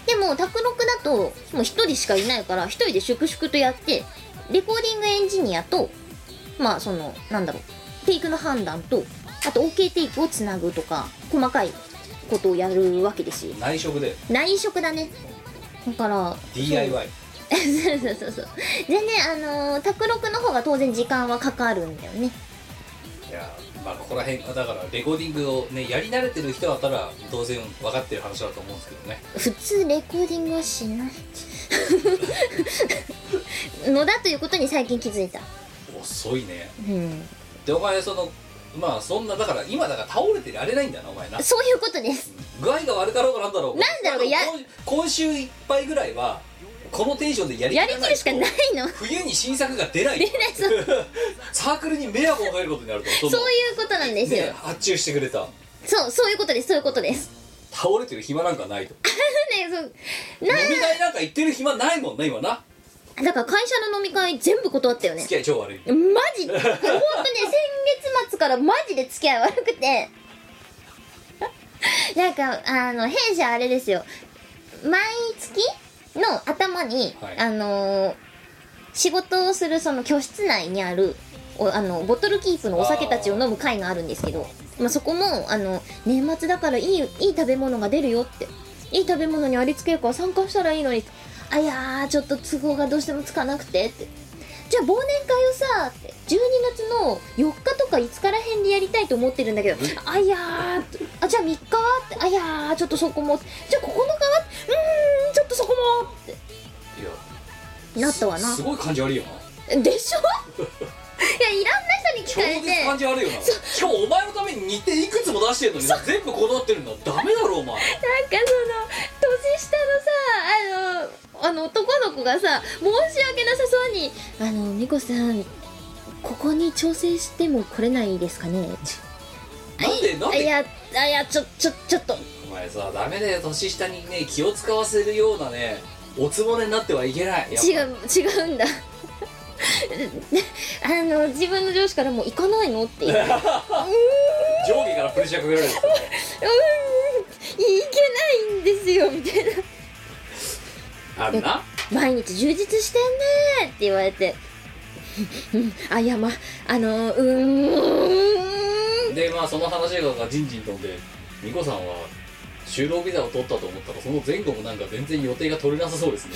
[SPEAKER 3] でも卓録だともう1人しかいないから1人で粛々とやってレコーディングエンジニアとまあそのなんだろうテイクの判断とあと OK テイクをつなぐとか細かいことをやるわけですよ
[SPEAKER 2] 内職で
[SPEAKER 3] 内職だねだから
[SPEAKER 2] DIY
[SPEAKER 3] そうそうそうそう全然あのー卓録の方が当然時間はかかるんだよね
[SPEAKER 2] いやまあここら辺だからレコーディングをねやり慣れてる人だったら当然分かってる話だと思うんですけどね
[SPEAKER 3] 普通レコーディングはしないのだということに最近気づいた
[SPEAKER 2] 遅いね
[SPEAKER 3] うん
[SPEAKER 2] でお前そのまあそんなだから今だから倒れてられないんだなお前な
[SPEAKER 3] そういうことです
[SPEAKER 2] 具合が悪かろうがなんだろう
[SPEAKER 3] なんだろうがや
[SPEAKER 2] 今今週いっぱいぐらいはこのテンションでやりき
[SPEAKER 3] や
[SPEAKER 2] ら
[SPEAKER 3] り
[SPEAKER 2] ないと
[SPEAKER 3] きるしかないの
[SPEAKER 2] 冬に新作が出ない
[SPEAKER 3] 出ないそう
[SPEAKER 2] サークルに迷惑をかけることになるとその
[SPEAKER 3] そういうことなんですよ、
[SPEAKER 2] ね発注してくれた
[SPEAKER 3] そうそういうことですそういうことです
[SPEAKER 2] 倒れてる暇なんかないと
[SPEAKER 3] ねそう
[SPEAKER 2] 飲
[SPEAKER 3] な
[SPEAKER 2] み会なんか行ってる暇ないもんな今な
[SPEAKER 3] だから会社の飲み会全部断ったよね
[SPEAKER 2] 付き合い超悪い
[SPEAKER 3] マジ 本当ね先月末からマジで付き合い悪くてなんかあの弊社あれですよ毎月の頭に、
[SPEAKER 2] はい
[SPEAKER 3] あのー仕事をするその居室内にあるおあのボトルキープのお酒たちを飲む会があるんですけどまあ、そこもあの年末だからいいいい食べ物が出るよっていい食べ物にありつけるから参加したらいいのにあいやーちょっと都合がどうしてもつかなくてってじゃあ忘年会をさって12月の4日とか5日ら辺でやりたいと思ってるんだけどあいやーあじゃあ3日はってあいやーちょっとそこもじゃあ9日はうーんちょっとそこもっ
[SPEAKER 2] いや
[SPEAKER 3] てなったわな
[SPEAKER 2] すごい感じ悪いよな
[SPEAKER 3] でしょ いやいろんな人に聞
[SPEAKER 2] 超
[SPEAKER 3] かれ
[SPEAKER 2] 絶
[SPEAKER 3] て
[SPEAKER 2] 感じ悪いよなしかもお前のために日程いくつも出してるのに全部断ってるのはダメだろお前
[SPEAKER 3] なんかその年下のさあのあの男の子がさ申し訳なさそうに「あの美子さんここに調整しても来れないですかね?」
[SPEAKER 2] なんでなん
[SPEAKER 3] あい
[SPEAKER 2] で
[SPEAKER 3] やあいやちょちょちょっと
[SPEAKER 2] お前さダメだよ年下にね気を使わせるようなねおつぼねになってはいけないやっぱ
[SPEAKER 3] 違う違うんだ あの自分の上司からもう行かないのって言って うーんう
[SPEAKER 2] 上下からプレッシャーかけられ
[SPEAKER 3] ー
[SPEAKER 2] る
[SPEAKER 3] ん行けないんですよみたいな
[SPEAKER 2] あるな
[SPEAKER 3] 毎日充実してんねーって言われて うんあいやまあのうーん
[SPEAKER 2] でまあその話がじんじん飛んで美子さんは就労ビザを取ったと思ったらその前後もなんか全然予定が取れなさそうですね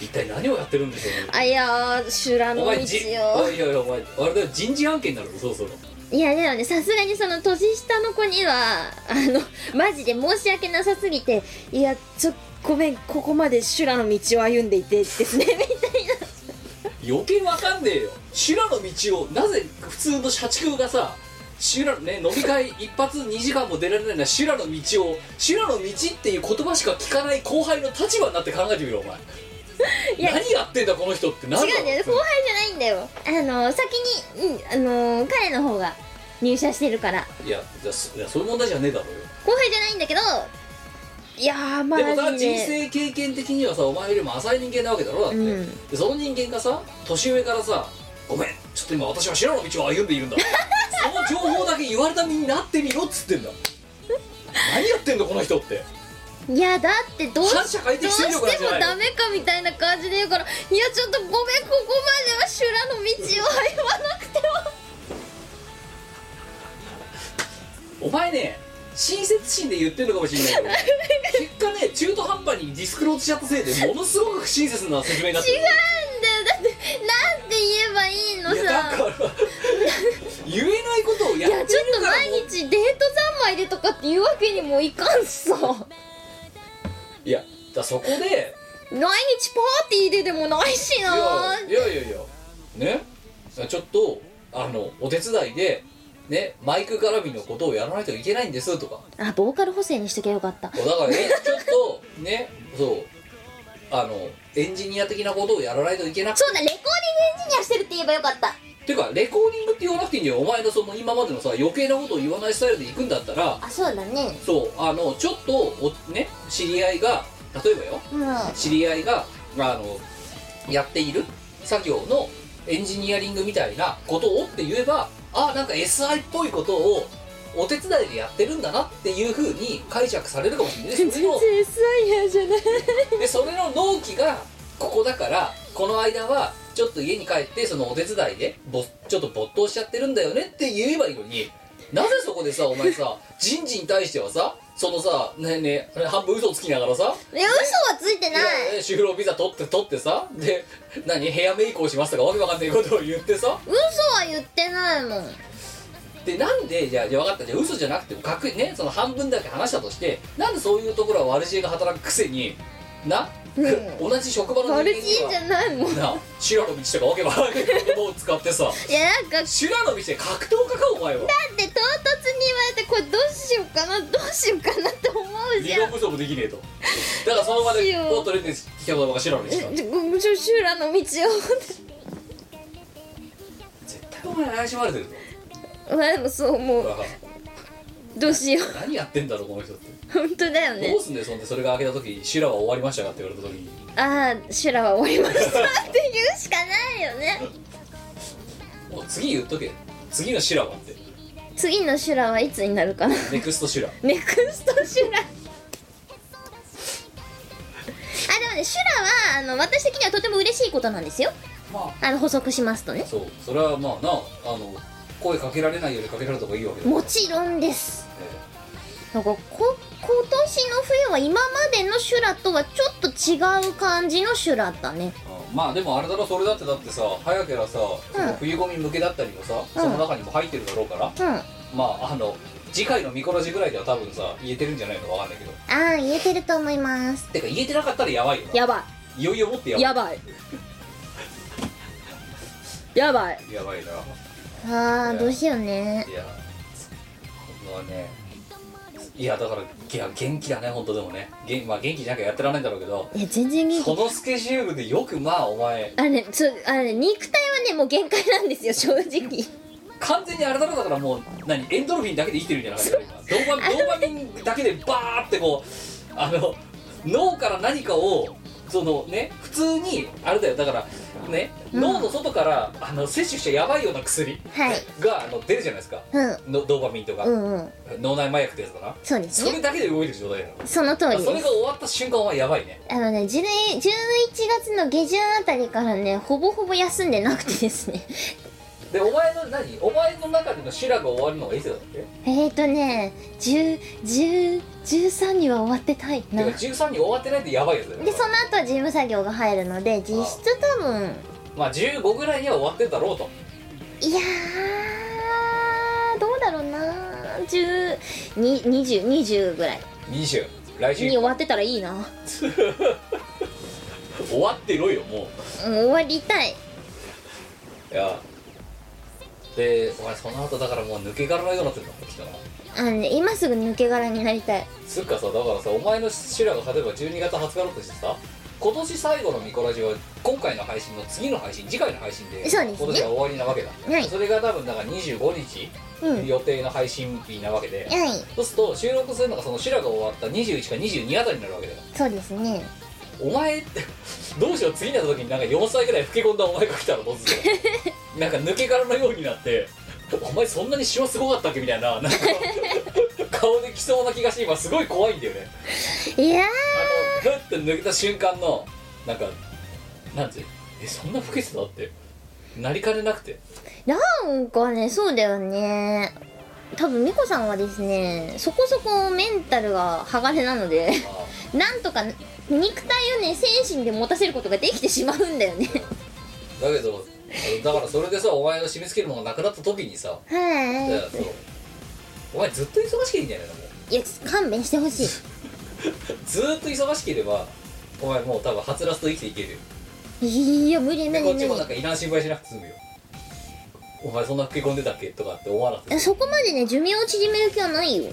[SPEAKER 2] 一体何をやってるんでしょうね
[SPEAKER 3] あいやー修羅の
[SPEAKER 2] お
[SPEAKER 3] 道
[SPEAKER 2] 前
[SPEAKER 3] よ
[SPEAKER 2] じいやいやいやお前あれだよ人事案件になるぞそろそろ
[SPEAKER 3] いやでもねさすがにその年下の子にはあのマジで申し訳なさすぎていやちょごめんここまで修羅の道を歩んでいてですねみたいな
[SPEAKER 2] 余計わかんねえよ修羅の道をなぜ普通の社畜がさ修羅のね飲み会一発2時間も出られないのは修羅の道を修羅の道っていう言葉しか聞かない後輩の立場になって考えてみろお前
[SPEAKER 3] いや
[SPEAKER 2] 何やってんだこの人ってなるだ
[SPEAKER 3] 違うんだよ後輩じゃないんだよあの先に、うん、あの彼の方が入社してるから
[SPEAKER 2] いやじゃあそいやそういう問題じゃねえだろうよ
[SPEAKER 3] 後輩じゃないんだけどいやーま
[SPEAKER 2] でも
[SPEAKER 3] あ
[SPEAKER 2] さ人生経験的にはさお前よりも浅い人間なわけだろだって、
[SPEAKER 3] うん
[SPEAKER 2] でその人間がさ年上からさ「ごめんちょっと今私は白の道を歩んで いるんだ」その情報だけ言われた身になってみろっつってんだ何やってんのこの人って
[SPEAKER 3] いやだってどうし
[SPEAKER 2] 反社会
[SPEAKER 3] どう
[SPEAKER 2] 的勢力
[SPEAKER 3] し
[SPEAKER 2] なん
[SPEAKER 3] て
[SPEAKER 2] じゃ
[SPEAKER 3] も
[SPEAKER 2] ない
[SPEAKER 3] ダメかみたいな感じで言うからいやちょっとごめんここまでは修羅の道を歩まなくては
[SPEAKER 2] お前ね親切心で言ってるのかもしれないけ ど結果ね中途半端にディスクロードしちゃったせいでものすごく不親切な説明になって
[SPEAKER 3] 違
[SPEAKER 2] る
[SPEAKER 3] うんだよだってなんて言えばいいの
[SPEAKER 2] いやだ
[SPEAKER 3] さ
[SPEAKER 2] から言えないことをや
[SPEAKER 3] いや
[SPEAKER 2] って
[SPEAKER 3] ちょっ
[SPEAKER 2] る
[SPEAKER 3] と
[SPEAKER 2] から
[SPEAKER 3] 毎
[SPEAKER 2] もう
[SPEAKER 3] 日デート三昧でとかって言うわけにもいかんしさ毎日
[SPEAKER 2] いやだからそこで
[SPEAKER 3] パーティーででもないしない
[SPEAKER 2] やいやいやいやねちょっとあのお手伝いでねマイク絡みのことをやらないといけないんですとか
[SPEAKER 3] あボーカル補正にしときゃよかった
[SPEAKER 2] だからねちょっとねそうあのエンジニア的なことをやらないといけなく
[SPEAKER 3] そうだレコーディングエンジニアしてるって言えばよかった
[SPEAKER 2] ていうかレコーディングって言わなくていいんだよお前のその今までのさ余計なことを言わないスタイルで行くんだったら
[SPEAKER 3] あそうだね
[SPEAKER 2] そうあのちょっとおね知り合いが例えばよ
[SPEAKER 3] うんは
[SPEAKER 2] 知り合いがあのやっている作業のエンジニアリングみたいなことをって言えばあなんか SI っぽいことをお手伝いでやってるんだなっていうふうに解釈されるかもしれない
[SPEAKER 3] 全
[SPEAKER 2] ですけ
[SPEAKER 3] 然
[SPEAKER 2] ど
[SPEAKER 3] SI やじゃない
[SPEAKER 2] でそれの納期がここだからこの間はちょっと家に帰ってそのお手伝いでぼちょっと没頭しちゃってるんだよねって言えばいいのになぜそこでさお前さ人事に対してはさそのさねね半分嘘つきながらさ
[SPEAKER 3] いや嘘はついてない
[SPEAKER 2] いや就労ビザ取って取ってさで何ヘアメイクをしますとかわけわかんないことを言ってさ
[SPEAKER 3] 嘘は言ってないもん
[SPEAKER 2] でなんでじゃあじゃあ分かったじゃあ嘘じゃなくても確ねその半分だけ話したとしてなんでそういうところは悪知恵が働くくせにな、
[SPEAKER 3] ん
[SPEAKER 2] 同じ職場の
[SPEAKER 3] 悪
[SPEAKER 2] に
[SPEAKER 3] 知恵
[SPEAKER 2] は
[SPEAKER 3] じゃないもんい
[SPEAKER 2] な修羅の道とかわけばわけの言葉を使ってさ
[SPEAKER 3] やなんかだっ
[SPEAKER 2] 修羅の道で格闘家かお前は
[SPEAKER 3] て唐突に言われてこれどうしようかなどうしようかなって思う
[SPEAKER 2] 理
[SPEAKER 3] じゃ
[SPEAKER 2] 論
[SPEAKER 3] ん
[SPEAKER 2] 不足できねえとだからその場
[SPEAKER 3] どうし
[SPEAKER 2] で
[SPEAKER 3] よう
[SPEAKER 2] ポートレンで聞かばが修羅の道か
[SPEAKER 3] えごむしろ修羅の道
[SPEAKER 2] 絶対お前怪しまれてるぞ
[SPEAKER 3] をまあでもそう思
[SPEAKER 2] だ
[SPEAKER 3] う
[SPEAKER 2] から
[SPEAKER 3] どうしよう
[SPEAKER 2] 何やってんだろうこの人って
[SPEAKER 3] 本当だよね
[SPEAKER 2] どうすんだよそんでそれが開けた時修羅は終わりましたかって言われた時に
[SPEAKER 3] ああ修羅は終わりました って言うしかないよね
[SPEAKER 2] もう次言っとけ次の修羅はって
[SPEAKER 3] 次の修羅はいつになるかな
[SPEAKER 2] ネクスト修羅
[SPEAKER 3] ネクスト修羅あでもね修羅はあの私的にはとても嬉しいことなんですよ
[SPEAKER 2] ま
[SPEAKER 3] あの補足しますとね
[SPEAKER 2] あそうそれはまあなあの声かけられないよりかけられた方がいいわけだ
[SPEAKER 3] もちろんです
[SPEAKER 2] え
[SPEAKER 3] なんかこ今年の冬は今までの修羅とはちょっと違う感じの修羅だね
[SPEAKER 2] えうんまあでもあれだろそれだってだってさ早けらさ、その冬ゴミ向けだったりもさその中にも入ってるだろうから、
[SPEAKER 3] うんあ
[SPEAKER 2] まああの次回のミコラジぐらいでは多分さ言えてるんじゃないのかわかんないけど
[SPEAKER 3] あ言えてると思います
[SPEAKER 2] てか言えてなかったらやばいよな
[SPEAKER 3] やば
[SPEAKER 2] いよいよもってや
[SPEAKER 3] い
[SPEAKER 2] ばい
[SPEAKER 3] やばいやばい
[SPEAKER 2] やばいな
[SPEAKER 3] あーどうしようね
[SPEAKER 2] いやこのねいやだからいや元気だね本当でもね元,、まあ、元気じゃなきゃやってらんないんだろうけど
[SPEAKER 3] いや全然元気
[SPEAKER 2] このスケジュールでよくまあお前
[SPEAKER 3] あれねそうあれね肉体はねもう限界なんですよ正直
[SPEAKER 2] 完全にあれだろだからもう何エンドルフィンだけで生きてるんじゃないか今ドーパミンドーパミンだけでバーってこうあの脳から何かをそのね普通にあれだよだからね
[SPEAKER 3] うん
[SPEAKER 2] 脳の外からあの摂取しちゃやばいような薬
[SPEAKER 3] はい
[SPEAKER 2] があの出るじゃないですか
[SPEAKER 3] うん
[SPEAKER 2] のドーパミンとか、
[SPEAKER 3] うんうん
[SPEAKER 2] 脳内麻薬ってやつかな
[SPEAKER 3] そうです
[SPEAKER 2] そ
[SPEAKER 3] ね
[SPEAKER 2] れだけで動いてる状態だよ
[SPEAKER 3] その通り
[SPEAKER 2] それ
[SPEAKER 3] です
[SPEAKER 2] が終わった瞬間はやばいね
[SPEAKER 3] あのね 10- 11月の下旬あたりからねほぼほぼ休んでなくてですね
[SPEAKER 2] でお前の何お前の中での修羅が終わるのがいつだっけ
[SPEAKER 3] えーとね1013には終わってたいな
[SPEAKER 2] て
[SPEAKER 3] で
[SPEAKER 2] か13に終わってないってやばいやつだよ
[SPEAKER 3] その後は事務作業が入るので実質多分
[SPEAKER 2] まあ15ぐらいには終わってんだろうと
[SPEAKER 3] いやーどうだろうな10 2 20 20ぐらい
[SPEAKER 2] 20来週
[SPEAKER 3] に終わってたらいいな、
[SPEAKER 2] 終わってろよも
[SPEAKER 3] うん、終わりたいう
[SPEAKER 2] いやでお前その後だからもう抜け殻のようになってんだきっとな
[SPEAKER 3] あのね今すぐ抜け殻になりたい
[SPEAKER 2] つうかさだからさお前の修羅が例えば12月20日だとしてさ今年最後のミコラジは今回の配信の次の配信次回の配信で
[SPEAKER 3] そうですね
[SPEAKER 2] 今年は終わりなわけだ、
[SPEAKER 3] はい
[SPEAKER 2] それが多分だから25日
[SPEAKER 3] うんはい
[SPEAKER 2] 予定の配信日なわけで、そうすると収録するのがその修羅が終わった21か22あたりになるわけだよ
[SPEAKER 3] そうですね
[SPEAKER 2] お前って どうしよう次になった時になんか4歳ぐらい老け込んだお前が来たらどうす るなんか抜け殻のようになってお前そんなにシワすごかったっけみたいななんか顔で来そうな気がして今すごい怖いんだよね
[SPEAKER 3] いや
[SPEAKER 2] あのふって抜けた瞬間のなんかなんていうえそんな老けてたってなりかねなくて
[SPEAKER 3] ーなんかねそうだよね多分美子さんはですねそこそこメンタルが剥がれなので
[SPEAKER 2] ああ
[SPEAKER 3] なんとか肉体をね精神で持たせることができてしまうんだよね
[SPEAKER 2] だけどあのだからそれでさお前の締め付けるものがなくなった時にさい や
[SPEAKER 3] は
[SPEAKER 2] そうお前ずっと忙しきゃいいんじゃないのもう
[SPEAKER 3] いいや勘弁してほしい
[SPEAKER 2] ずーっと忙しければお前もう多分はつらつと生きていけるよ
[SPEAKER 3] いや無理無
[SPEAKER 2] で
[SPEAKER 3] 理
[SPEAKER 2] こ
[SPEAKER 3] 無
[SPEAKER 2] っちもなん
[SPEAKER 3] 理
[SPEAKER 2] かいらん心配しなくて済むよお前そんな老け込んでたっけとかって思わなくて
[SPEAKER 3] そこまでね寿命を縮める気はないよ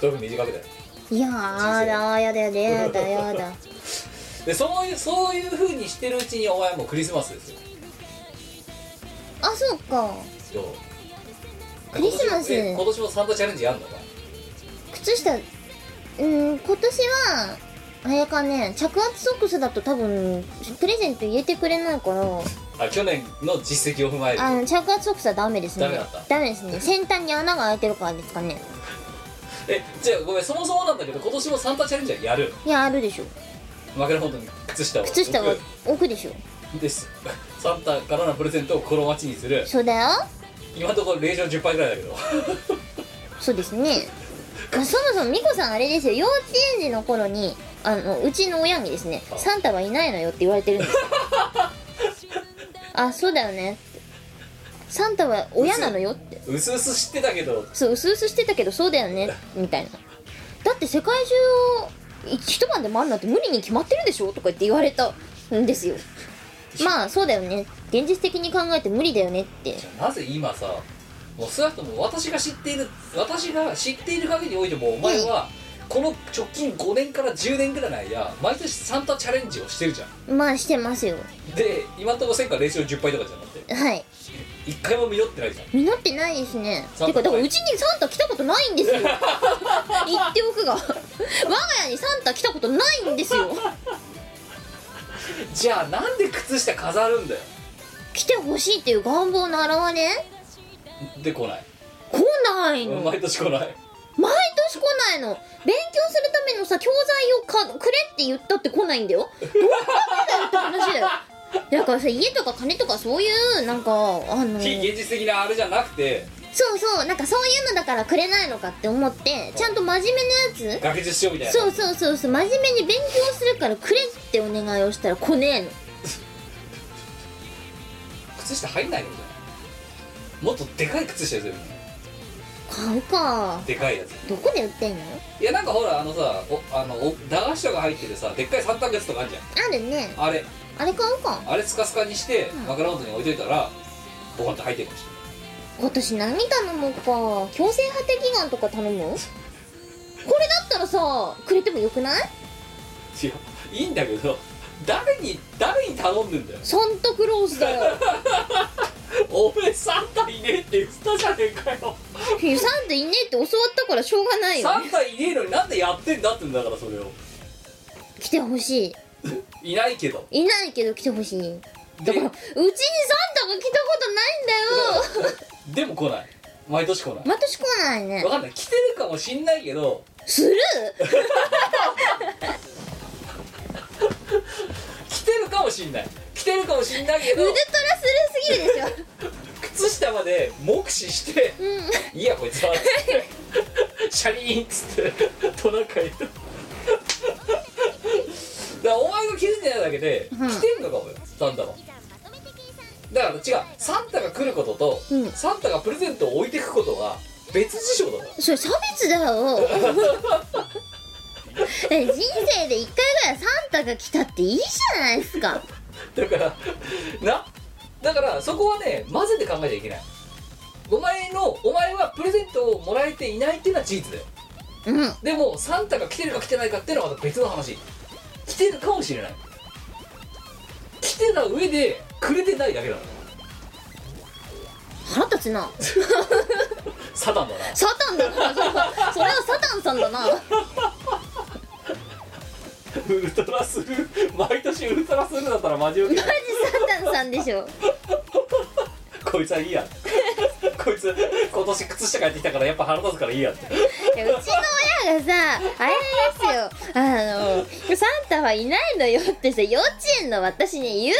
[SPEAKER 2] それも短くだよ
[SPEAKER 3] いやーだやだやだやだやだ
[SPEAKER 2] でそういうそういうふうにしてるうちにお前もうクリスマスですよ
[SPEAKER 3] あそうか
[SPEAKER 2] そう
[SPEAKER 3] クリスマス
[SPEAKER 2] 今年もえ今年もサンタチャレンジやんのか
[SPEAKER 3] 靴下うーん今年はあれかね着圧ソックスだと多分プレゼント入れてくれないから
[SPEAKER 2] あ去年の実績を踏まえる
[SPEAKER 3] あの着圧ソックスはダメですね
[SPEAKER 2] ダメだった
[SPEAKER 3] メですね先端に穴が開いてるからですかね
[SPEAKER 2] えじゃあごめんそもそもなんだけど今年もサンタチャレンジはやる
[SPEAKER 3] いやあるでしょ
[SPEAKER 2] 枕元に靴下を
[SPEAKER 3] 靴下は
[SPEAKER 2] 置
[SPEAKER 3] 置くでしょ
[SPEAKER 2] くですサンタからのプレゼントをこの街にする
[SPEAKER 3] そうだよ
[SPEAKER 2] 今のところ令状10杯ぐらいだけど
[SPEAKER 3] そうですねまあそもそも美子さんあれですよ幼稚園児の頃にあのうちの親にですね「サンタはいないのよ」って言われてるんですよあそうだよねってサンタは親なのよって
[SPEAKER 2] うすうす知ってたけど
[SPEAKER 3] そう薄々してたけどそうだよねみたいなだって世界中を一晩で回るなんて無理に決まってるでしょとか言って言われたんですよまあそうだよね現実的に考えて無理だよねって
[SPEAKER 2] なぜ今さもう少なくとも私が知っている私が知っている限りにおいてもお前はこの直近5年から10年ぐらいの間毎年サンタチャレンジをしてるじゃん
[SPEAKER 3] まあしてますよ
[SPEAKER 2] で今んところ戦果0勝10敗とかじゃなくて
[SPEAKER 3] はい
[SPEAKER 2] 1回も実ってないじゃん
[SPEAKER 3] 実ってないですね
[SPEAKER 2] サ
[SPEAKER 3] て
[SPEAKER 2] ンタ
[SPEAKER 3] かだからうちにサンタ来たことないんです よ言っておくが我が家にサンタ来たことないんですよ
[SPEAKER 2] じゃあなんで靴下飾るんだよ
[SPEAKER 3] 来てほしいっていう願望の表れ
[SPEAKER 2] で来ない
[SPEAKER 3] 来ないの
[SPEAKER 2] 毎年来ない
[SPEAKER 3] 毎年来ないの勉強するためのさ教材をかくれって言ったって来ないんだよどうなんだよって話だよだからさ家とか金とかそういうなんかあの
[SPEAKER 2] 非現実的なあれじゃなくて
[SPEAKER 3] そうそうなんかそういうのだからくれないのかって思ってちゃんと真面目なや
[SPEAKER 2] 学術書みたい
[SPEAKER 3] つ
[SPEAKER 2] な
[SPEAKER 3] そうそうそうそう真面目に勉強するからくれってお願いをしたら来ねえの
[SPEAKER 2] 靴下入んないのじゃんもっとでかい靴下ですよみんな
[SPEAKER 3] 買うか
[SPEAKER 2] でかいやつ
[SPEAKER 3] どこで売ってんの
[SPEAKER 2] いやなんかほらあのさおあのお駄菓子とか入ってるさでっかい三択月とかあるじゃん
[SPEAKER 3] あるね
[SPEAKER 2] あれ
[SPEAKER 3] あれ買うか
[SPEAKER 2] あれスカスカにして
[SPEAKER 3] うん
[SPEAKER 2] 枕元に置いといたらボコンと入ってるかもしれない
[SPEAKER 3] 今年何頼もうか強制破棄願とか頼むこれだったらさくれてもよくない
[SPEAKER 2] いやいいんだけど誰に誰に頼んでんだよ
[SPEAKER 3] サンタクロースだよ
[SPEAKER 2] おめえサンタいねえって言ったじゃねえかよ
[SPEAKER 3] いやサンタいねえって教わったからしょうがないよ
[SPEAKER 2] サンタいねえのになんでやってんだってんだからそれを
[SPEAKER 3] 来てほし
[SPEAKER 2] いないけど
[SPEAKER 3] いいないけど来てほしいだか
[SPEAKER 2] で
[SPEAKER 3] らうちにサンタが来たことないんだ よ
[SPEAKER 2] でも来ない毎年来ない
[SPEAKER 3] 毎年来ないね
[SPEAKER 2] わかんない来てるかもしんないけど
[SPEAKER 3] する
[SPEAKER 2] 来てるかもしんない来てるかもしんないけ
[SPEAKER 3] ウル
[SPEAKER 2] ど
[SPEAKER 3] トラスルーすぎるでしょ
[SPEAKER 2] 靴下まで目視して
[SPEAKER 3] うん
[SPEAKER 2] 「いいやこいつは」 つってシャリーン」っつってトナカイとだからお前が気づいてないだけで
[SPEAKER 3] うん
[SPEAKER 2] 来てんのかもよサンタはだから違うサンタが来ることと、
[SPEAKER 3] うん
[SPEAKER 2] サンタがプレゼントを置いてくことは別事象だから
[SPEAKER 3] それ差別だよ え人生で一回ぐらいサンタが来たっていいじゃないですか
[SPEAKER 2] だからなだからそこはね混ぜて考えちゃいけないお前のお前はプレゼントをもらえていないっていうのは事実だよ
[SPEAKER 3] うん
[SPEAKER 2] でもサンタが来てるか来てないかっていうのはまた別の話来てるかもしれない来てた上でくれてないだけなの
[SPEAKER 3] 腹立つな
[SPEAKER 2] サタンだな
[SPEAKER 3] サタンだなそれはそれはサタンさんだな
[SPEAKER 2] ウルトラスルー毎年ウルトラスルーだったらマジウケ
[SPEAKER 3] マジサタンさんでしょ
[SPEAKER 2] こいつはいいやこいつ今年靴下帰ってきたからやっぱ腹立つからいいやって
[SPEAKER 3] いやうちの親がさあれですよあのサンタはいないのよってさ幼稚園の私に言う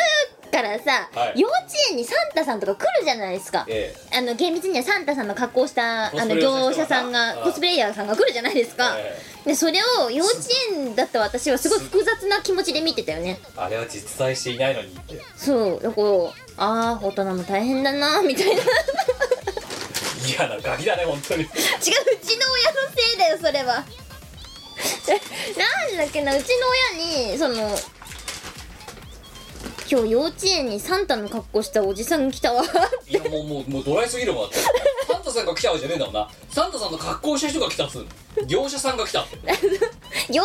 [SPEAKER 3] からさ、
[SPEAKER 2] はい
[SPEAKER 3] 幼稚園にサンタさんとか来るじゃないですか
[SPEAKER 2] え
[SPEAKER 3] あの厳密にはサンタさんの格好したあ
[SPEAKER 2] コスプ
[SPEAKER 3] の
[SPEAKER 2] レを
[SPEAKER 3] 業者
[SPEAKER 2] した人が
[SPEAKER 3] さんが
[SPEAKER 2] ああ
[SPEAKER 3] コスプレイヤーさんが来るじゃないですか、
[SPEAKER 2] え
[SPEAKER 3] でそれを幼稚園だった私はすごい複雑な気持ちで見てたよね
[SPEAKER 2] えあれは実在していないのにって
[SPEAKER 3] そうだからああ大人も大変だなみたいな違うう
[SPEAKER 2] 嫌なガキだね本当に
[SPEAKER 3] ちの親のせいだよそれは なんだっけなうちの親にその今日幼稚園にサンタの格好したおじさん来たわ
[SPEAKER 2] いやもうもうもうドライすぎるもんだってサンタさんが来たわけじゃねえんだもんなサンタさんの格好した人が来たっつうの業者さんが来たって
[SPEAKER 3] 業者っていう言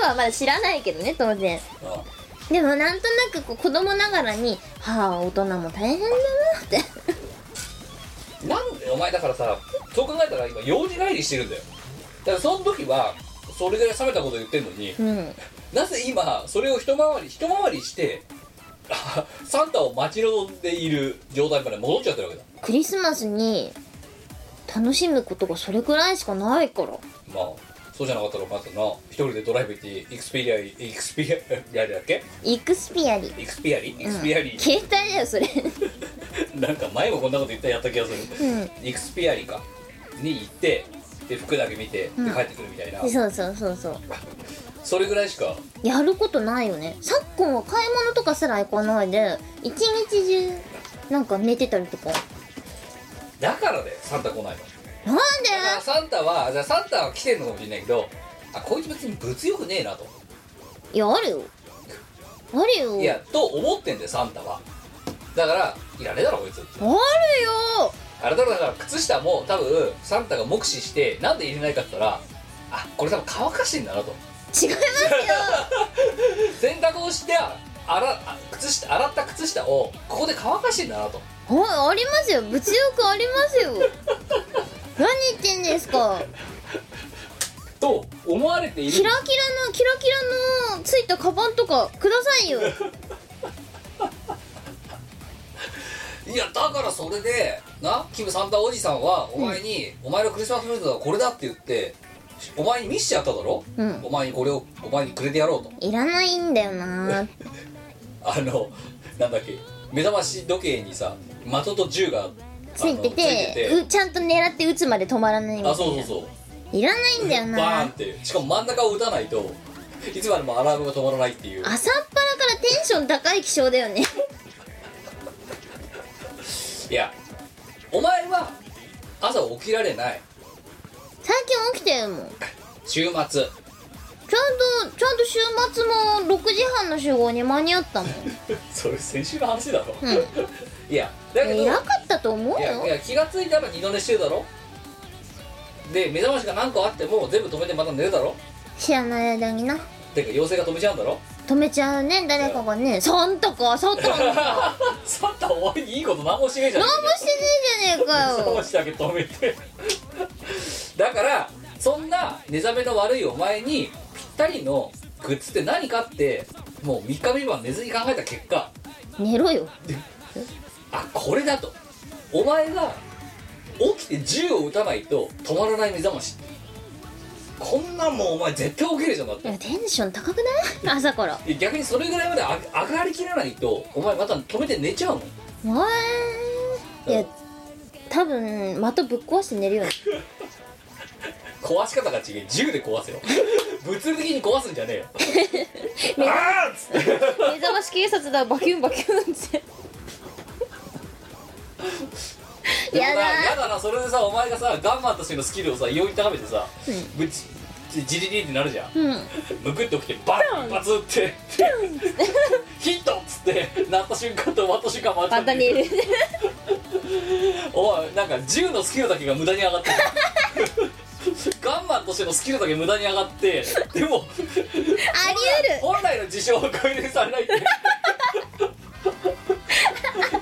[SPEAKER 3] 葉はまだ知らないけどね当然
[SPEAKER 2] ああ
[SPEAKER 3] でもなんとなくこう子供ながらに「はあ大人も大変だな」っって
[SPEAKER 2] なんでお前だからさそう考えたら今幼児帰りしてるんだよだからその時はそれぐらい冷めたこと言ってんのに
[SPEAKER 3] うん
[SPEAKER 2] なぜ今それを一回り一回りして あサンタを待ち望んでいる状態から戻っちゃってるわけだ
[SPEAKER 3] クリスマスに楽しむことがそれくらいしかないから
[SPEAKER 2] まあそうじゃなかったらお前さな一人でドライブ行ってエクスペリアリエクスペリアリだっけ
[SPEAKER 3] イクスピアリ
[SPEAKER 2] エクスペリアリエ
[SPEAKER 3] う
[SPEAKER 2] ク
[SPEAKER 3] ん
[SPEAKER 2] スペリアリ、
[SPEAKER 3] 携帯だよそれう
[SPEAKER 2] なんか前もこんなこと言ったやった気がする、
[SPEAKER 3] ん
[SPEAKER 2] エクスペリアリかに行ってで服だけ見てで
[SPEAKER 3] うん
[SPEAKER 2] 帰ってくるみたいな、
[SPEAKER 3] そうそうそうそう
[SPEAKER 2] それぐらいしか
[SPEAKER 3] やることないよね昨今は買い物とかすら行かないで一日中なんか寝てたりとか
[SPEAKER 2] だからだよサンタ来ないの
[SPEAKER 3] なんで
[SPEAKER 2] だからサンタはじゃあサンタは来てんのかもしれないけどあこいつ別に物欲ねえなと、
[SPEAKER 3] いやあるよあるよ
[SPEAKER 2] いやと思ってんだよサンタはだからいらねえだろこいつ
[SPEAKER 3] あるよ
[SPEAKER 2] あれだろだから靴下も多分サンタが目視してなんで入れないかって言ったらあこれ多分乾かしてんだなと
[SPEAKER 3] 違いますよ
[SPEAKER 2] 洗濯をして洗あ靴下洗った靴下をここで乾かしてんだなと
[SPEAKER 3] あありますよ物欲ありますよ何言ってんですか
[SPEAKER 2] と思われている
[SPEAKER 3] キラキラのキラキラのついたカバンとかくださいよ
[SPEAKER 2] いやだからそれでなキムサンタおじさんはお前に、お前のクリスマスプレゼントはこれだって言ってお前に見せちゃっただろ、
[SPEAKER 3] うん
[SPEAKER 2] お前にこれをお前にくれてやろうと
[SPEAKER 3] いらないんだよな
[SPEAKER 2] あの なんだっけ目覚まし時計にさ的と銃があの
[SPEAKER 3] ついてて
[SPEAKER 2] つ
[SPEAKER 3] うちゃんと狙って撃つまで止まらないみたいな
[SPEAKER 2] あそうそうそう
[SPEAKER 3] いらないんだよ
[SPEAKER 2] バーン
[SPEAKER 3] な
[SPEAKER 2] ってしかも真ん中を撃たないといつまでもアラームが止まらないっていう
[SPEAKER 3] 朝っぱらからテンション高い気象だよね
[SPEAKER 2] いやお前は朝起きられない
[SPEAKER 3] 最近起きてるもんちゃん
[SPEAKER 2] 週末
[SPEAKER 3] とちゃんと週末も6時半の集合に間に合ったもん
[SPEAKER 2] それ先週の話だろ、
[SPEAKER 3] うん
[SPEAKER 2] いやだけど
[SPEAKER 3] 偉かったと思う
[SPEAKER 2] いやい
[SPEAKER 3] よ
[SPEAKER 2] や気がついたら二度寝してるだろで目覚ましが何個あっても全部止めてまた寝るだろ
[SPEAKER 3] 知らない間にな
[SPEAKER 2] てか妖精が止めちゃうんだろ
[SPEAKER 3] 止めちゃうね誰かがね「サンタかサンタか」何も
[SPEAKER 2] サンタお前にいいこと何もしねえじゃん
[SPEAKER 3] してねえじゃねえか
[SPEAKER 2] 目覚ま
[SPEAKER 3] よ
[SPEAKER 2] しだけ止めてだからそんな寝覚めの悪いお前にぴったりのグッズって何かってもう3日3晩寝ずに考えた結果
[SPEAKER 3] 寝ろよ
[SPEAKER 2] あこれだとお前が起きて銃を撃たないと止まらない目覚ましこんなんもうお前絶対起きるじゃんだっ
[SPEAKER 3] い
[SPEAKER 2] て
[SPEAKER 3] やテンション高くない朝から
[SPEAKER 2] いや逆にそれぐらいまで上上がりきらないとお前また止めて寝ちゃうもん
[SPEAKER 3] わーいや多分的ぶっ壊して寝るよね
[SPEAKER 2] 壊し方が違え銃で壊せよ物理的に壊すんじゃねえよあーっつって
[SPEAKER 3] 目覚まし警察だバキュンバキュンってやだ
[SPEAKER 2] なやだなそれでさお前がさガンマンとしてのスキルをさ異様に高めてさ、
[SPEAKER 3] うん
[SPEAKER 2] ぶちジリリってなるじゃん
[SPEAKER 3] うん
[SPEAKER 2] むくっときてバン一発打ってヒットっつって鳴った瞬間と終わった瞬間ま
[SPEAKER 3] また寝る
[SPEAKER 2] おいなんか銃のスキルだけが無駄に上がってる ガンマンとしてのスキルだけ無駄に上がってでも
[SPEAKER 3] あり得る
[SPEAKER 2] 本来の事象を改善さ れないって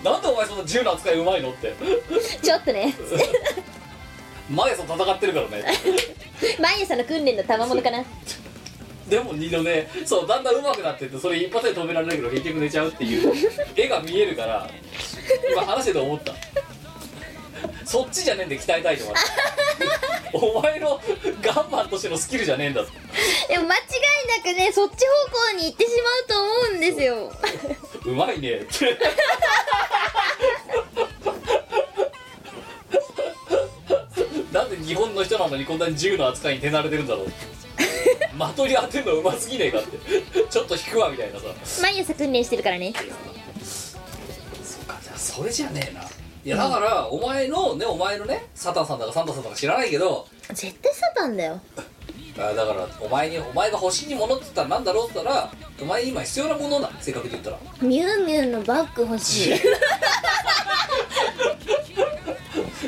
[SPEAKER 2] なんでお前その銃の扱いうまいのって
[SPEAKER 3] ちょっとね
[SPEAKER 2] 毎朝戦ってるからね
[SPEAKER 3] 毎朝の訓練の賜物かな
[SPEAKER 2] でも二度ねそうだんだん上手くなってってそれ一発で止められるけど結局寝ちゃうっていう絵が見えるから今話してて思ったそっちじゃねえんで鍛えたいと思ってお前のガンマンとしてのスキルじゃねえんだって
[SPEAKER 3] でも間違いなくねそっち方向に行ってしまうと思うんですよ
[SPEAKER 2] うまいねってなんで日本の人なのにこんなに銃の扱いに手慣れてるんだろう的に当てるのうますぎねえかってちょっと引くわみたいなさ
[SPEAKER 3] 毎朝訓練してるからね
[SPEAKER 2] そうかじゃあそれじゃねえないやだからお前のねお前のねサタンさんだかサンタさんだか知らないけど
[SPEAKER 3] 絶対サタンだよ
[SPEAKER 2] あだからお前にお前が欲しいものって言ったらなんだろうって言ったらお前に今必要なものな正確に言ったら
[SPEAKER 3] ミュウミュウのバッグ欲しい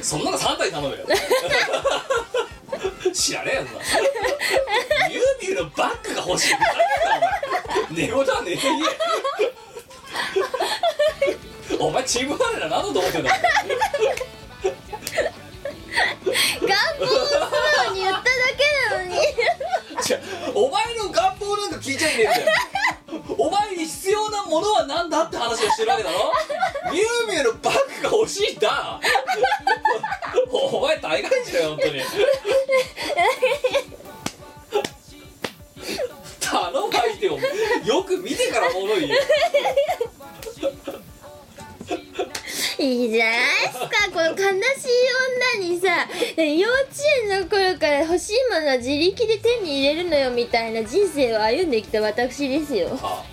[SPEAKER 2] そんなの3体頼むよ 知らねえよなミュウミュウのバッグが欲しいって何だよお前寝言は寝て言えお前チーム我ら何だと思ってんだ
[SPEAKER 3] 願望素直に言っただけなのに
[SPEAKER 2] 違うお前の願望なんか聞いちゃいねえんだよお前に必要なものは何だって話をしてるわけだろミュウミュウのバッグが欲しいんだお前大概だよ本当に頼む相手をよく見てから物言えよ
[SPEAKER 3] いいじゃないっすかこの悲しい女にさ幼稚園の頃から欲しいものは自力で手に入れるのよみたいな人生を歩んできた私ですよ
[SPEAKER 2] あ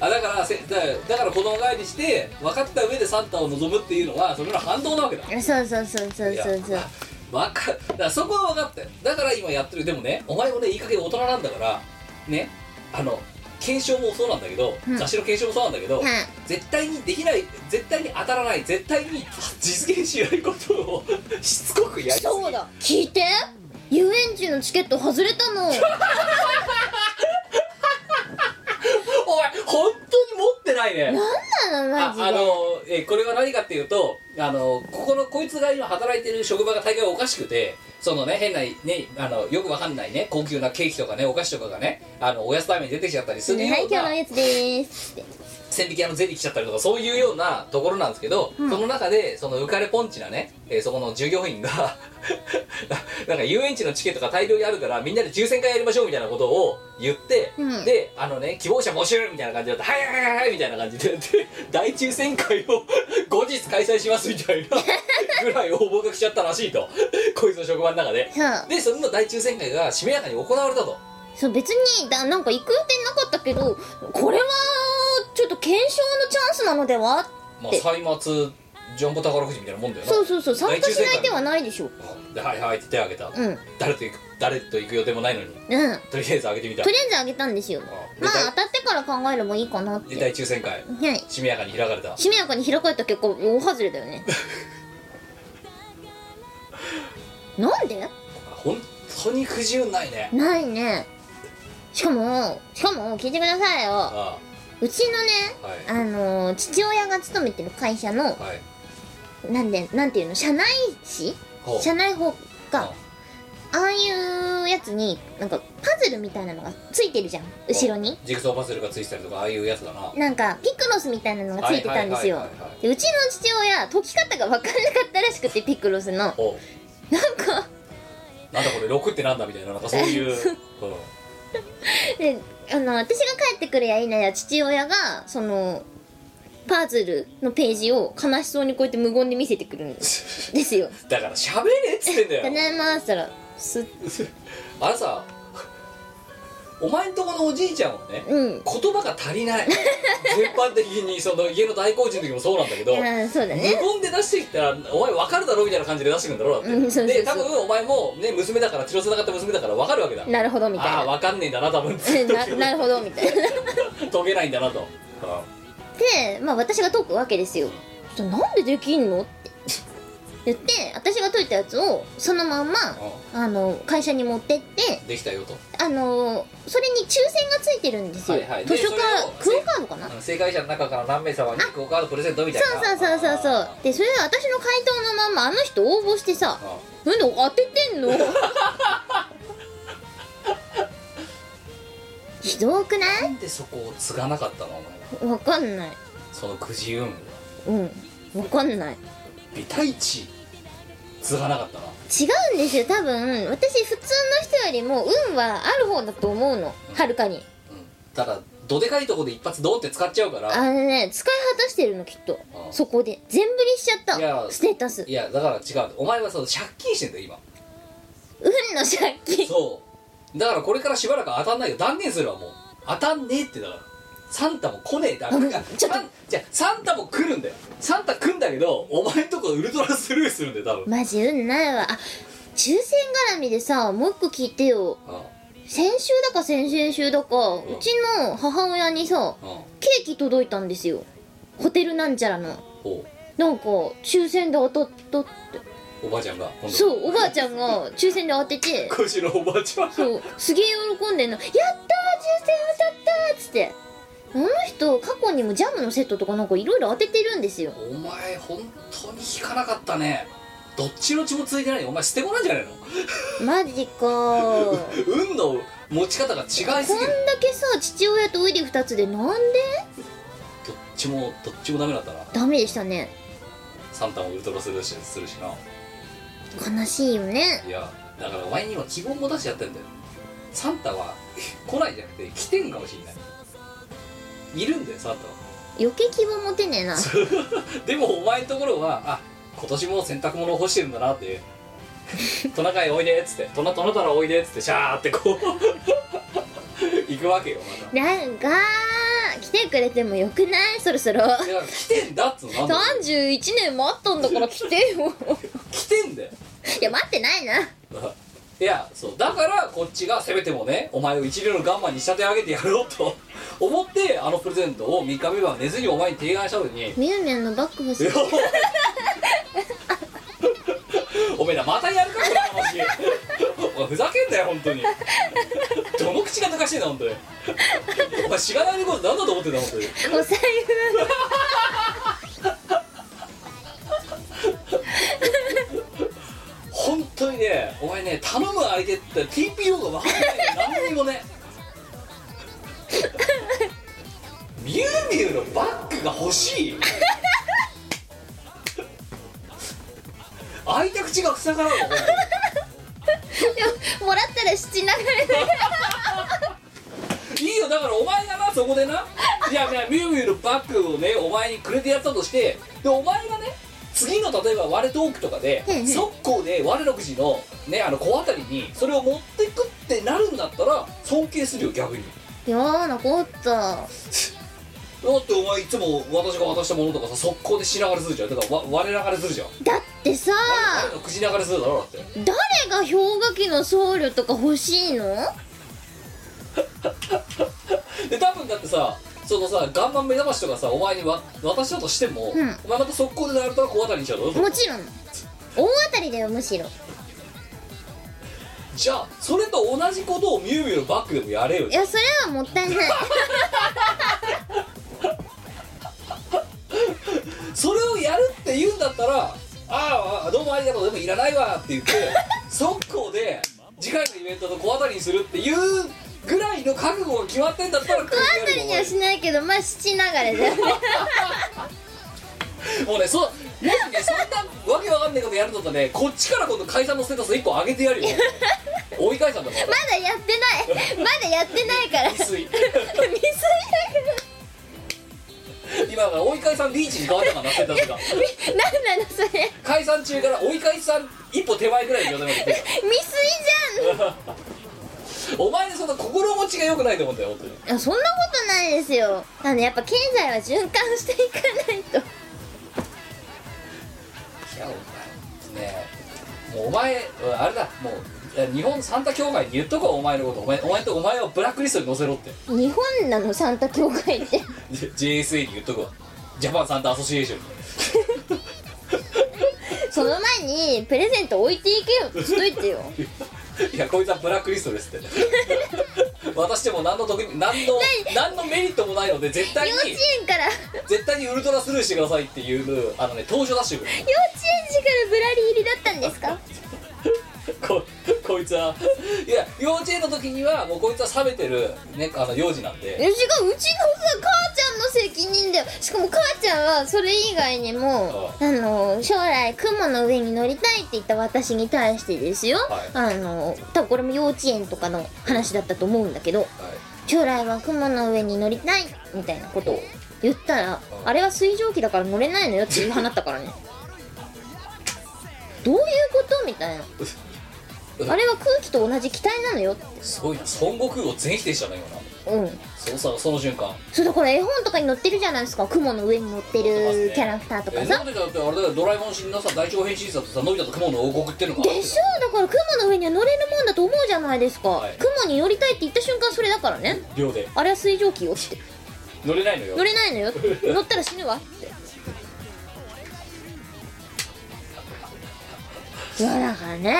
[SPEAKER 2] あだからせだだから子供返りして分かった上でサンタを望むっていうのはそれの反動なわけだ
[SPEAKER 3] そうそうそうそうそうそう
[SPEAKER 2] わかだからそこは分かったよだから今やってるでもねお前もねいい加減大人なんだからねあの検証もそうなんだけど、
[SPEAKER 3] うん
[SPEAKER 2] 雑誌の検証もそうなんだけど、
[SPEAKER 3] はい
[SPEAKER 2] 絶対にできない絶対に当たらない絶対に実現しないことをしつこくやりすぎ
[SPEAKER 3] そうだ聞いて遊園地のチケット外れたの
[SPEAKER 2] お前本当に持ってない
[SPEAKER 3] な
[SPEAKER 2] ね
[SPEAKER 3] んなのマ
[SPEAKER 2] あ
[SPEAKER 3] ジで
[SPEAKER 2] あのえーこれは何かっていうとあのここのこいつが今働いてる職場が大概おかしくてそのね変なねあのよくわかんないね高級なケーキとかねお菓子とかがねあのおやつタイムに出てきちゃったりするよ
[SPEAKER 3] はい、
[SPEAKER 2] う
[SPEAKER 3] 今日
[SPEAKER 2] な
[SPEAKER 3] のやつでーす。
[SPEAKER 2] 千匹屋のゼリー来ちゃったりとかそういうようなところなんですけど、その中でその浮かれポンチなね、えーそこの従業員が なんか遊園地のチケットが大量にあるからみんなで抽選会やりましょうみたいなことを言って、
[SPEAKER 3] うん
[SPEAKER 2] であのね希望者募集みたいな感じだったはいはいはいはいみたいな感じでで 大抽選会を 後日開催しますみた いなぐらい応募が来ちゃったらしいとこいつの職場の中で。
[SPEAKER 3] そう。
[SPEAKER 2] でその大抽選会がしめやかに行われたと。
[SPEAKER 3] そう、別に、だ、なんか行く予定なかったけど、これは、ちょっと検証のチャンスなのでは
[SPEAKER 2] まあ、
[SPEAKER 3] で
[SPEAKER 2] 歳末ジャンボ宝くじみたいなもんだよな
[SPEAKER 3] そうそうそう、参加しない手はないでしょ。
[SPEAKER 2] ではいはいって手挙げた、
[SPEAKER 3] うん。うん。
[SPEAKER 2] 誰と行く誰と行く予定もないのに
[SPEAKER 3] とりあ
[SPEAKER 2] とりあえず挙げてみた
[SPEAKER 3] えずあげたんですよ。
[SPEAKER 2] あ
[SPEAKER 3] まあ、当たってから考えればいいかなっ
[SPEAKER 2] で
[SPEAKER 3] て。
[SPEAKER 2] 大抽選会
[SPEAKER 3] はい。
[SPEAKER 2] しめやかに開かれた
[SPEAKER 3] しめやかに開かれた結果、大外れだよね。なんで
[SPEAKER 2] 本当に不自由ないね
[SPEAKER 3] ないね。しかも、しかも、聞いてくださいよ。
[SPEAKER 2] あ
[SPEAKER 3] うちのね、
[SPEAKER 2] あはい
[SPEAKER 3] あのー父親が勤めてる会社の、
[SPEAKER 2] はい
[SPEAKER 3] なんで、なんていうの、社内誌
[SPEAKER 2] ほう
[SPEAKER 3] 社内法か
[SPEAKER 2] ほ。
[SPEAKER 3] ああいうやつに、なんか、パズルみたいなのがついてるじゃん。後ろに。
[SPEAKER 2] ジグソーパズルがついてたりとかああいうやつだな
[SPEAKER 3] なんか、ピクロスみたいなのがついてたんですよ
[SPEAKER 2] はいはいはいはいはい。
[SPEAKER 3] でうちの父親、解き方が分からなかったらしくて、ピクロスの。なん
[SPEAKER 2] ほ
[SPEAKER 3] か、
[SPEAKER 2] うなんだこれ6ってなんだみたいなな んかそういう、うん
[SPEAKER 3] で、あの、私が帰ってくるやいなや、父親が、その、パズルのページを悲しそうにこうやって無言で見せてくるんですです よ。
[SPEAKER 2] だから喋れっつってんだ
[SPEAKER 3] た
[SPEAKER 2] よ
[SPEAKER 3] だいまーしたら、すっ、
[SPEAKER 2] あれさお前んとこのおじいちゃんはね
[SPEAKER 3] うん。
[SPEAKER 2] 言葉が足り ない全般的にその家の大工事の時もそうなんだけど
[SPEAKER 3] いや、そうだ
[SPEAKER 2] 無
[SPEAKER 3] ね。
[SPEAKER 2] 言で出してきたらお前分かるだろみたいな感じで出してくんだろだって、
[SPEAKER 3] うんそうそうそう
[SPEAKER 2] で多分お前もね娘だから血のつながった娘だから分かるわけだ
[SPEAKER 3] なるほど、みたいな。
[SPEAKER 2] ああ分かんねえんだな多分
[SPEAKER 3] ななるほどみたいな
[SPEAKER 2] 解けないんだなとあ
[SPEAKER 3] でまあ私が解くわけですよそしたらなんでできんのって言って私が解いたやつをそのまんまあの会社に持ってって
[SPEAKER 2] あできたよと
[SPEAKER 3] あのそれに抽選がついてるんですよ、
[SPEAKER 2] はいはい
[SPEAKER 3] 図書カ
[SPEAKER 2] で
[SPEAKER 3] ク
[SPEAKER 2] それを
[SPEAKER 3] オカードかな
[SPEAKER 2] あ
[SPEAKER 3] そう
[SPEAKER 2] の正解者の中から何名様にクオカードプレゼントみたいな
[SPEAKER 3] そうそうそうそう
[SPEAKER 2] あ
[SPEAKER 3] でそれで私の回答のまんまあの人応募してさ
[SPEAKER 2] あ
[SPEAKER 3] なんで当ててん のひどくな
[SPEAKER 2] なんでそこを継がなかったのお前は
[SPEAKER 3] わ
[SPEAKER 2] い
[SPEAKER 3] かんない
[SPEAKER 2] そのくじ運
[SPEAKER 3] うんわかんない
[SPEAKER 2] ビタイチ継がなかったな
[SPEAKER 3] 違うんですよ多分私普通の人よりも運はある方だと思うのはるかに
[SPEAKER 2] ただどでかいとこで一発ドンって使っちゃうから
[SPEAKER 3] あのね使い果たしてるのきっと
[SPEAKER 2] あ
[SPEAKER 3] そこで全振りしちゃっ
[SPEAKER 2] いや
[SPEAKER 3] たステータス
[SPEAKER 2] いやだから違うお前はその借金してんだよ今
[SPEAKER 3] 運の借金
[SPEAKER 2] そうだからこれからしばらく当たんないよ断念するわもう当たんねえってだからサンタも来ねえだか
[SPEAKER 3] う
[SPEAKER 2] ら
[SPEAKER 3] んちょっと
[SPEAKER 2] サンじゃあサンタも来るんだよサンタ来んだけどお前んとこウルトラスルーするんだよ多分、
[SPEAKER 3] マジ運ないわあ抽選絡みでさもう一個聞いてよ
[SPEAKER 2] あ
[SPEAKER 3] 先週だか先々週だかうちの母親にさ
[SPEAKER 2] あうん
[SPEAKER 3] ケーキ届いたんですよホテルなんちゃらの
[SPEAKER 2] お
[SPEAKER 3] なんか抽選で当たったって
[SPEAKER 2] おばあちゃんが今度
[SPEAKER 3] そうおばあちゃんが抽選で当てて
[SPEAKER 2] 今週のおばあちゃん
[SPEAKER 3] そうすげえ喜んでんの「やったー抽選当たった!」っつってあの人過去にもジャムのセットとかなんかいろいろ当ててるんですよ
[SPEAKER 2] お前本当に引かなかったねどっちの血もついてないよお前捨て子なんじゃないの
[SPEAKER 3] マジか ー
[SPEAKER 2] 運の持ち方が違いすぎる
[SPEAKER 3] こんだけさ父親とウィリ二つでなんで
[SPEAKER 2] どっちもどっちもダメだったな
[SPEAKER 3] ダメでしたね
[SPEAKER 2] サンタもウルトラするしするしな
[SPEAKER 3] 悲しいよね
[SPEAKER 2] いやだからお前には希望も出してやってんだよサンタは 来ないじゃなくて来てんかもしれないいるんだよサンタは
[SPEAKER 3] 余計希望持てねえな
[SPEAKER 2] でもお前のところはあ今年も洗濯物を干してるんだなってトナカイおいでっつってトナトナタラおいでっつってシャーってこう 行くわけよまた
[SPEAKER 3] なんか来てくれてもよくないそろそろ
[SPEAKER 2] いや来てんだっつうのなんだ
[SPEAKER 3] 31年待ったんだから来てよ
[SPEAKER 2] 来てんだよ
[SPEAKER 3] いや待ってないない
[SPEAKER 2] やそうだからこっちがせめてもねお前を一流のガンマンに仕立て上げてやろうと 思ってあのプレゼントを3日目は寝ずにお前に提案したのに
[SPEAKER 3] みゆみゆのバッグ欲しい
[SPEAKER 2] おめえらまたやるかこの話 お前ふざけんなよ本当に どの口が高しいんだ本当にお前しがないこと何だと思ってんだ本当に
[SPEAKER 3] お財
[SPEAKER 2] 本当にねお前ね頼む相手って TPO が分かんないから何にもねミュウミュウのバッグが欲しい開いた口が塞がらんの本
[SPEAKER 3] 布もらったら七流れで
[SPEAKER 2] 当にいいよだからお前がなそこでないやいやミュウミュウのバッグをねお前にくれてやったとしてでお前がね次の例えば我トークとかで
[SPEAKER 3] うんうん
[SPEAKER 2] 速攻で我のくじのねあの小当たりにそれを持ってくってなるんだったら尊敬するよ逆に
[SPEAKER 3] いやーなかった
[SPEAKER 2] だってお前いつも私が渡したものとかさ速攻で品流れするじゃんだからわ我流れするじゃん
[SPEAKER 3] だってさ
[SPEAKER 2] 我の口流れするだろだって
[SPEAKER 3] 誰が氷河期の僧侶とか欲しいの
[SPEAKER 2] で多分だって さそのさガンマン目覚ましとかさお前にわ渡したとしても、
[SPEAKER 3] うん
[SPEAKER 2] お前また速攻で流れたら小当たりにしちゃうだろ
[SPEAKER 3] もちろん大当たりだよむしろ
[SPEAKER 2] じゃあそれと同じことをミュウミュウのバッグでもやれよ
[SPEAKER 3] いやそれはもったいない
[SPEAKER 2] それをやるって言うんだったら「ああどうもありがとうでもいらないわ」って言って速攻で次回のイベントと小当たりにするっていうぐらいの覚悟が決まってんだったら小当
[SPEAKER 3] 大当たりにはしないけどまあ七流れだよね
[SPEAKER 2] もうねそもしねそんなわけわかんないことやるんだったらねこっちから今度解散のステータス1個上げてやるよ追い解散だから
[SPEAKER 3] まだやってないまだやってないから
[SPEAKER 2] 未
[SPEAKER 3] 未
[SPEAKER 2] 遂
[SPEAKER 3] 遂だ
[SPEAKER 2] 今から追い解散リーチに変わったかなステータスが
[SPEAKER 3] から何なのそれ
[SPEAKER 2] 解散中から追い解散一歩手前ぐらいの状態まで来てる
[SPEAKER 3] 未遂じ
[SPEAKER 2] お前ねそんな心持ちが良くないと思うんだよ本当に
[SPEAKER 3] ゃんあそんなことないですよあのやっぱ経済は循環していかないと
[SPEAKER 2] いやお前ねえもうお前あれだもういや日本サンタ協会に言っとこうお前のことお前お前とお前をブラックリストに載せろって
[SPEAKER 3] 日本なのサンタ協会って
[SPEAKER 2] J- JSA に言っとくわジャパンサンタアソシエーションに
[SPEAKER 3] その前にプレゼント置いていけよってしといてよ
[SPEAKER 2] いやこいつはブラックリストですって 渡しても何の得に何の何のメリットもないので絶対
[SPEAKER 3] 幼
[SPEAKER 2] に
[SPEAKER 3] 稚園から
[SPEAKER 2] 絶対にウルトラスルーしてくださいっていうあのね登場ダッシュ
[SPEAKER 3] 幼稚園児からぶらり入りだったんですか
[SPEAKER 2] ここいつはいや幼稚園の時にはもうこいつは冷めてる、ね、あの幼児なん
[SPEAKER 3] え
[SPEAKER 2] で
[SPEAKER 3] 違ううちのさ母ちゃんの責任だよしかも母ちゃんはそれ以外にもあの将来雲の上に乗りたいって言った私に対してですよ、
[SPEAKER 2] はい
[SPEAKER 3] あの多分これも幼稚園とかの話だったと思うんだけど
[SPEAKER 2] はい
[SPEAKER 3] 将来は雲の上に乗りたいみたいなことを言ったら
[SPEAKER 2] うん
[SPEAKER 3] あれは水蒸気だから乗れないのよって言い放ったからねどういうことみたいなあれは空気と同じ気体なのよって
[SPEAKER 2] すごいな孫悟空を全否定したの今な
[SPEAKER 3] うん
[SPEAKER 2] そうさその瞬間
[SPEAKER 3] そうだから絵本とかに載ってるじゃないですか雲の上に乗ってるキャラクターとか
[SPEAKER 2] えな
[SPEAKER 3] さ
[SPEAKER 2] んでだってあれだよドラえもん死んださ大長編審査とさのび太と雲の王国っていうのがあって
[SPEAKER 3] でしょだから雲の上には乗れるもんだと思うじゃないですか、
[SPEAKER 2] はい
[SPEAKER 3] 雲に乗りたいって言った瞬間それだからね
[SPEAKER 2] 秒で
[SPEAKER 3] あれは水蒸気よって
[SPEAKER 2] 乗れないのよ
[SPEAKER 3] 乗れないのよ 乗ったら死ぬわって いやだからね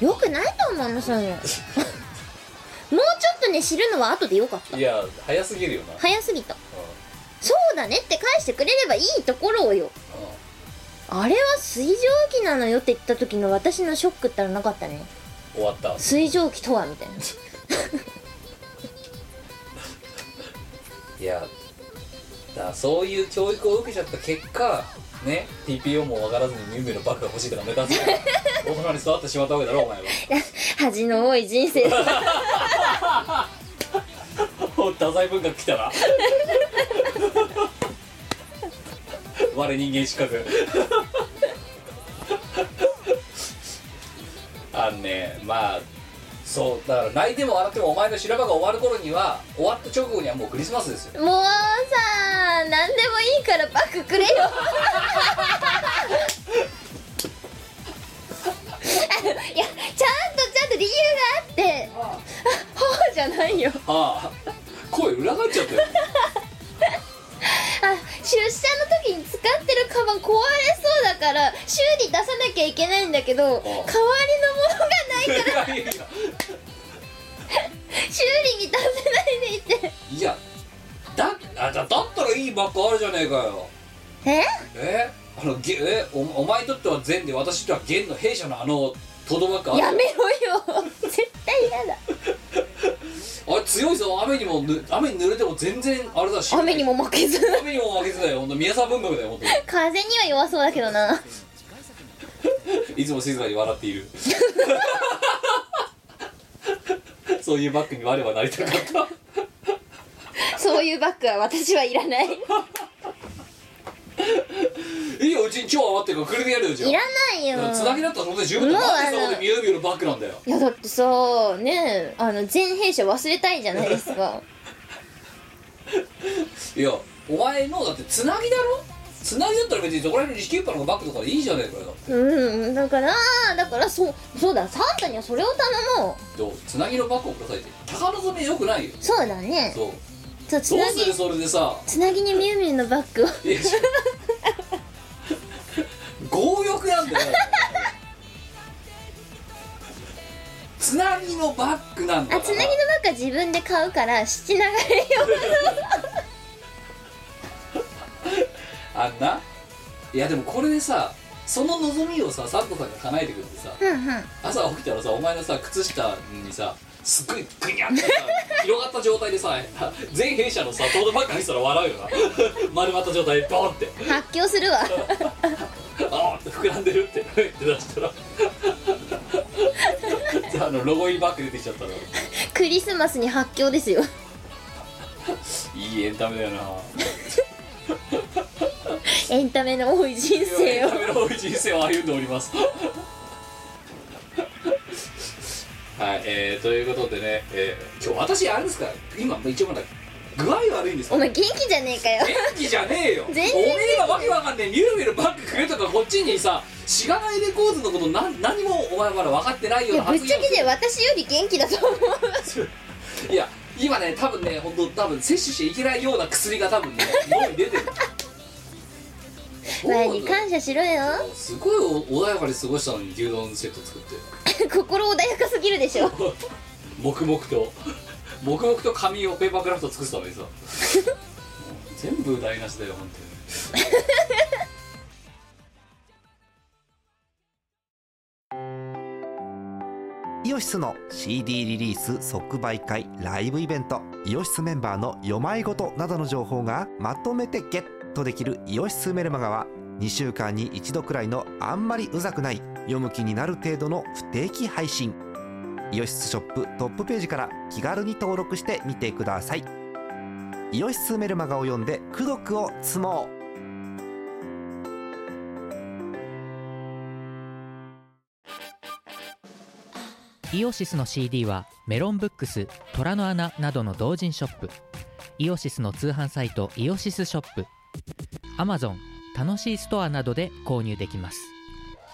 [SPEAKER 3] よくないと思うのそういうのうちょっとね知るのは後でよかった
[SPEAKER 2] いや早すぎるよな、
[SPEAKER 3] 早すぎた
[SPEAKER 2] うん
[SPEAKER 3] そうだねって返してくれればいいところをよ
[SPEAKER 2] うん
[SPEAKER 3] あれは水蒸気なのよって言った時の私のショックったらなかったね
[SPEAKER 2] 終わった
[SPEAKER 3] 水蒸気とはみたいない
[SPEAKER 2] やだからそういう教育を受けちゃった結果ね TPO も分からずにミュウミュウのバッグが欲しいとか目立つから大人に育ってしまったわけだろお前は
[SPEAKER 3] 恥の多い人 生だ
[SPEAKER 2] お太宰文学来たな我人間失格あのねまあそうだから泣いても笑ってもお前の修羅場が終わる頃には終わった直後にはもうクリスマスですよ
[SPEAKER 3] もうさ何でもいいからバッグ くれよ あのいやちゃんとちゃんと理由があって あはあじゃないよ
[SPEAKER 2] ああ声裏返っちゃったよ
[SPEAKER 3] あ出社の時に使ってるカバン壊れそうだから修理出さなきゃいけないんだけど代わりのものがない から
[SPEAKER 2] いやいや
[SPEAKER 3] 修理に出せないでいて
[SPEAKER 2] いやだあじゃあだったらいいバッグあるじゃねえかよ
[SPEAKER 3] え
[SPEAKER 2] えあのげえおお前にとっては善で私にとっては元の弊社のあのトートバッグある
[SPEAKER 3] やめろよ絶対嫌だ
[SPEAKER 2] あれ強いぞ雨にもぬ雨に濡れても全然あれだし
[SPEAKER 3] 雨にも負け ず
[SPEAKER 2] 雨にも負けずだよ本当宮沢文学だよ本
[SPEAKER 3] 風には弱そうだけどな
[SPEAKER 2] 当 にいつも静かに笑っているそういうバッグに我はなりたかった
[SPEAKER 3] そういうバッグは私はいら ない
[SPEAKER 2] いいようちに超余ってるからくれてやるよじゃ
[SPEAKER 3] いらない
[SPEAKER 2] あ
[SPEAKER 3] よ
[SPEAKER 2] つなぎだったらそれで十分だ
[SPEAKER 3] もう
[SPEAKER 2] バッ
[SPEAKER 3] あ
[SPEAKER 2] グ
[SPEAKER 3] の
[SPEAKER 2] さんでミューミューのバッグなんだよ
[SPEAKER 3] いやだってさねえあの全弊社忘れたいじゃないです か
[SPEAKER 2] いやお前のだってつなぎだろつなぎだったら別にどこら辺のリキュッパのバッグとかでいいじゃねえかよ
[SPEAKER 3] うんだからだからそうそうだサンタにはそれを頼もう
[SPEAKER 2] どうつなぎのバッグをくださいって宝染めよくないよ
[SPEAKER 3] そうだね
[SPEAKER 2] そう
[SPEAKER 3] そうつ
[SPEAKER 2] どう
[SPEAKER 3] な
[SPEAKER 2] す
[SPEAKER 3] ぎ
[SPEAKER 2] るそれでさ
[SPEAKER 3] つなぎにミュウミュウのバッグを
[SPEAKER 2] いや強欲なんだよつなぎのバッグなんだ
[SPEAKER 3] あつなぎのバッグは自分で買うから七流れよ
[SPEAKER 2] あんないやでもこれでさその望みをさサンタさんが叶えてくれてさ
[SPEAKER 3] ううんうん
[SPEAKER 2] 朝起きたらさお前のさ靴下にさすっごいグニャってさ広がった状態でさ 全弊社のさトートバッグにしたら笑うよな 丸まった状態でボンって
[SPEAKER 3] 発狂するわ
[SPEAKER 2] あーって膨らんでるってって出したら あのロゴ入りバッグ出てきちゃったら
[SPEAKER 3] クリスマスに発狂ですよ
[SPEAKER 2] いいエンタメだよな
[SPEAKER 3] エンタメの多い人
[SPEAKER 2] エ
[SPEAKER 3] 生
[SPEAKER 2] ン
[SPEAKER 3] を
[SPEAKER 2] タメの多い人生を歩んでおりますはいえー、ということでね、えー今日私あれですから今一応まだ具合悪いんですか
[SPEAKER 3] お前元気じゃねえかよ
[SPEAKER 2] 元気じゃねえよおめ
[SPEAKER 3] 全
[SPEAKER 2] え
[SPEAKER 3] 然
[SPEAKER 2] がわけわかんねえミューミュルバックくれとかこっちにさしがないレコーズのことなん何もお前まだ分かってない
[SPEAKER 3] い
[SPEAKER 2] よ
[SPEAKER 3] うや
[SPEAKER 2] な
[SPEAKER 3] ぶっちゃけ
[SPEAKER 2] を
[SPEAKER 3] で私より元気だと思う
[SPEAKER 2] いや今ね多分ね本当多分摂取しちゃいけないような薬が多分ね脳に出てる
[SPEAKER 3] 前に感謝しろよ
[SPEAKER 2] すごいお穏やかに過ごしたのに牛丼セット作って
[SPEAKER 3] 心穏やかすぎるでしょ
[SPEAKER 2] 黙々と黙々と紙をペーパークラフト作ってたのにさもう全部台無しだよ本当に
[SPEAKER 4] イオシスの CD リリース即売会ライブイベントイオシスメンバーの読まいごとなどの情報がまとめてゲットできる「イオシスメルマガ」は2週間に1度くらいのあんまりうざくない読む気になる程度の不定期配信イオシスショップトップページから気軽に登録してみてくださいイオシスメルマガを読んで「功徳を積もう」
[SPEAKER 5] イオシスの CD はメロンブックス虎の穴などの同人ショップイオシスの通販サイトイオシスショップ Amazon 楽しいストアなどで購入できます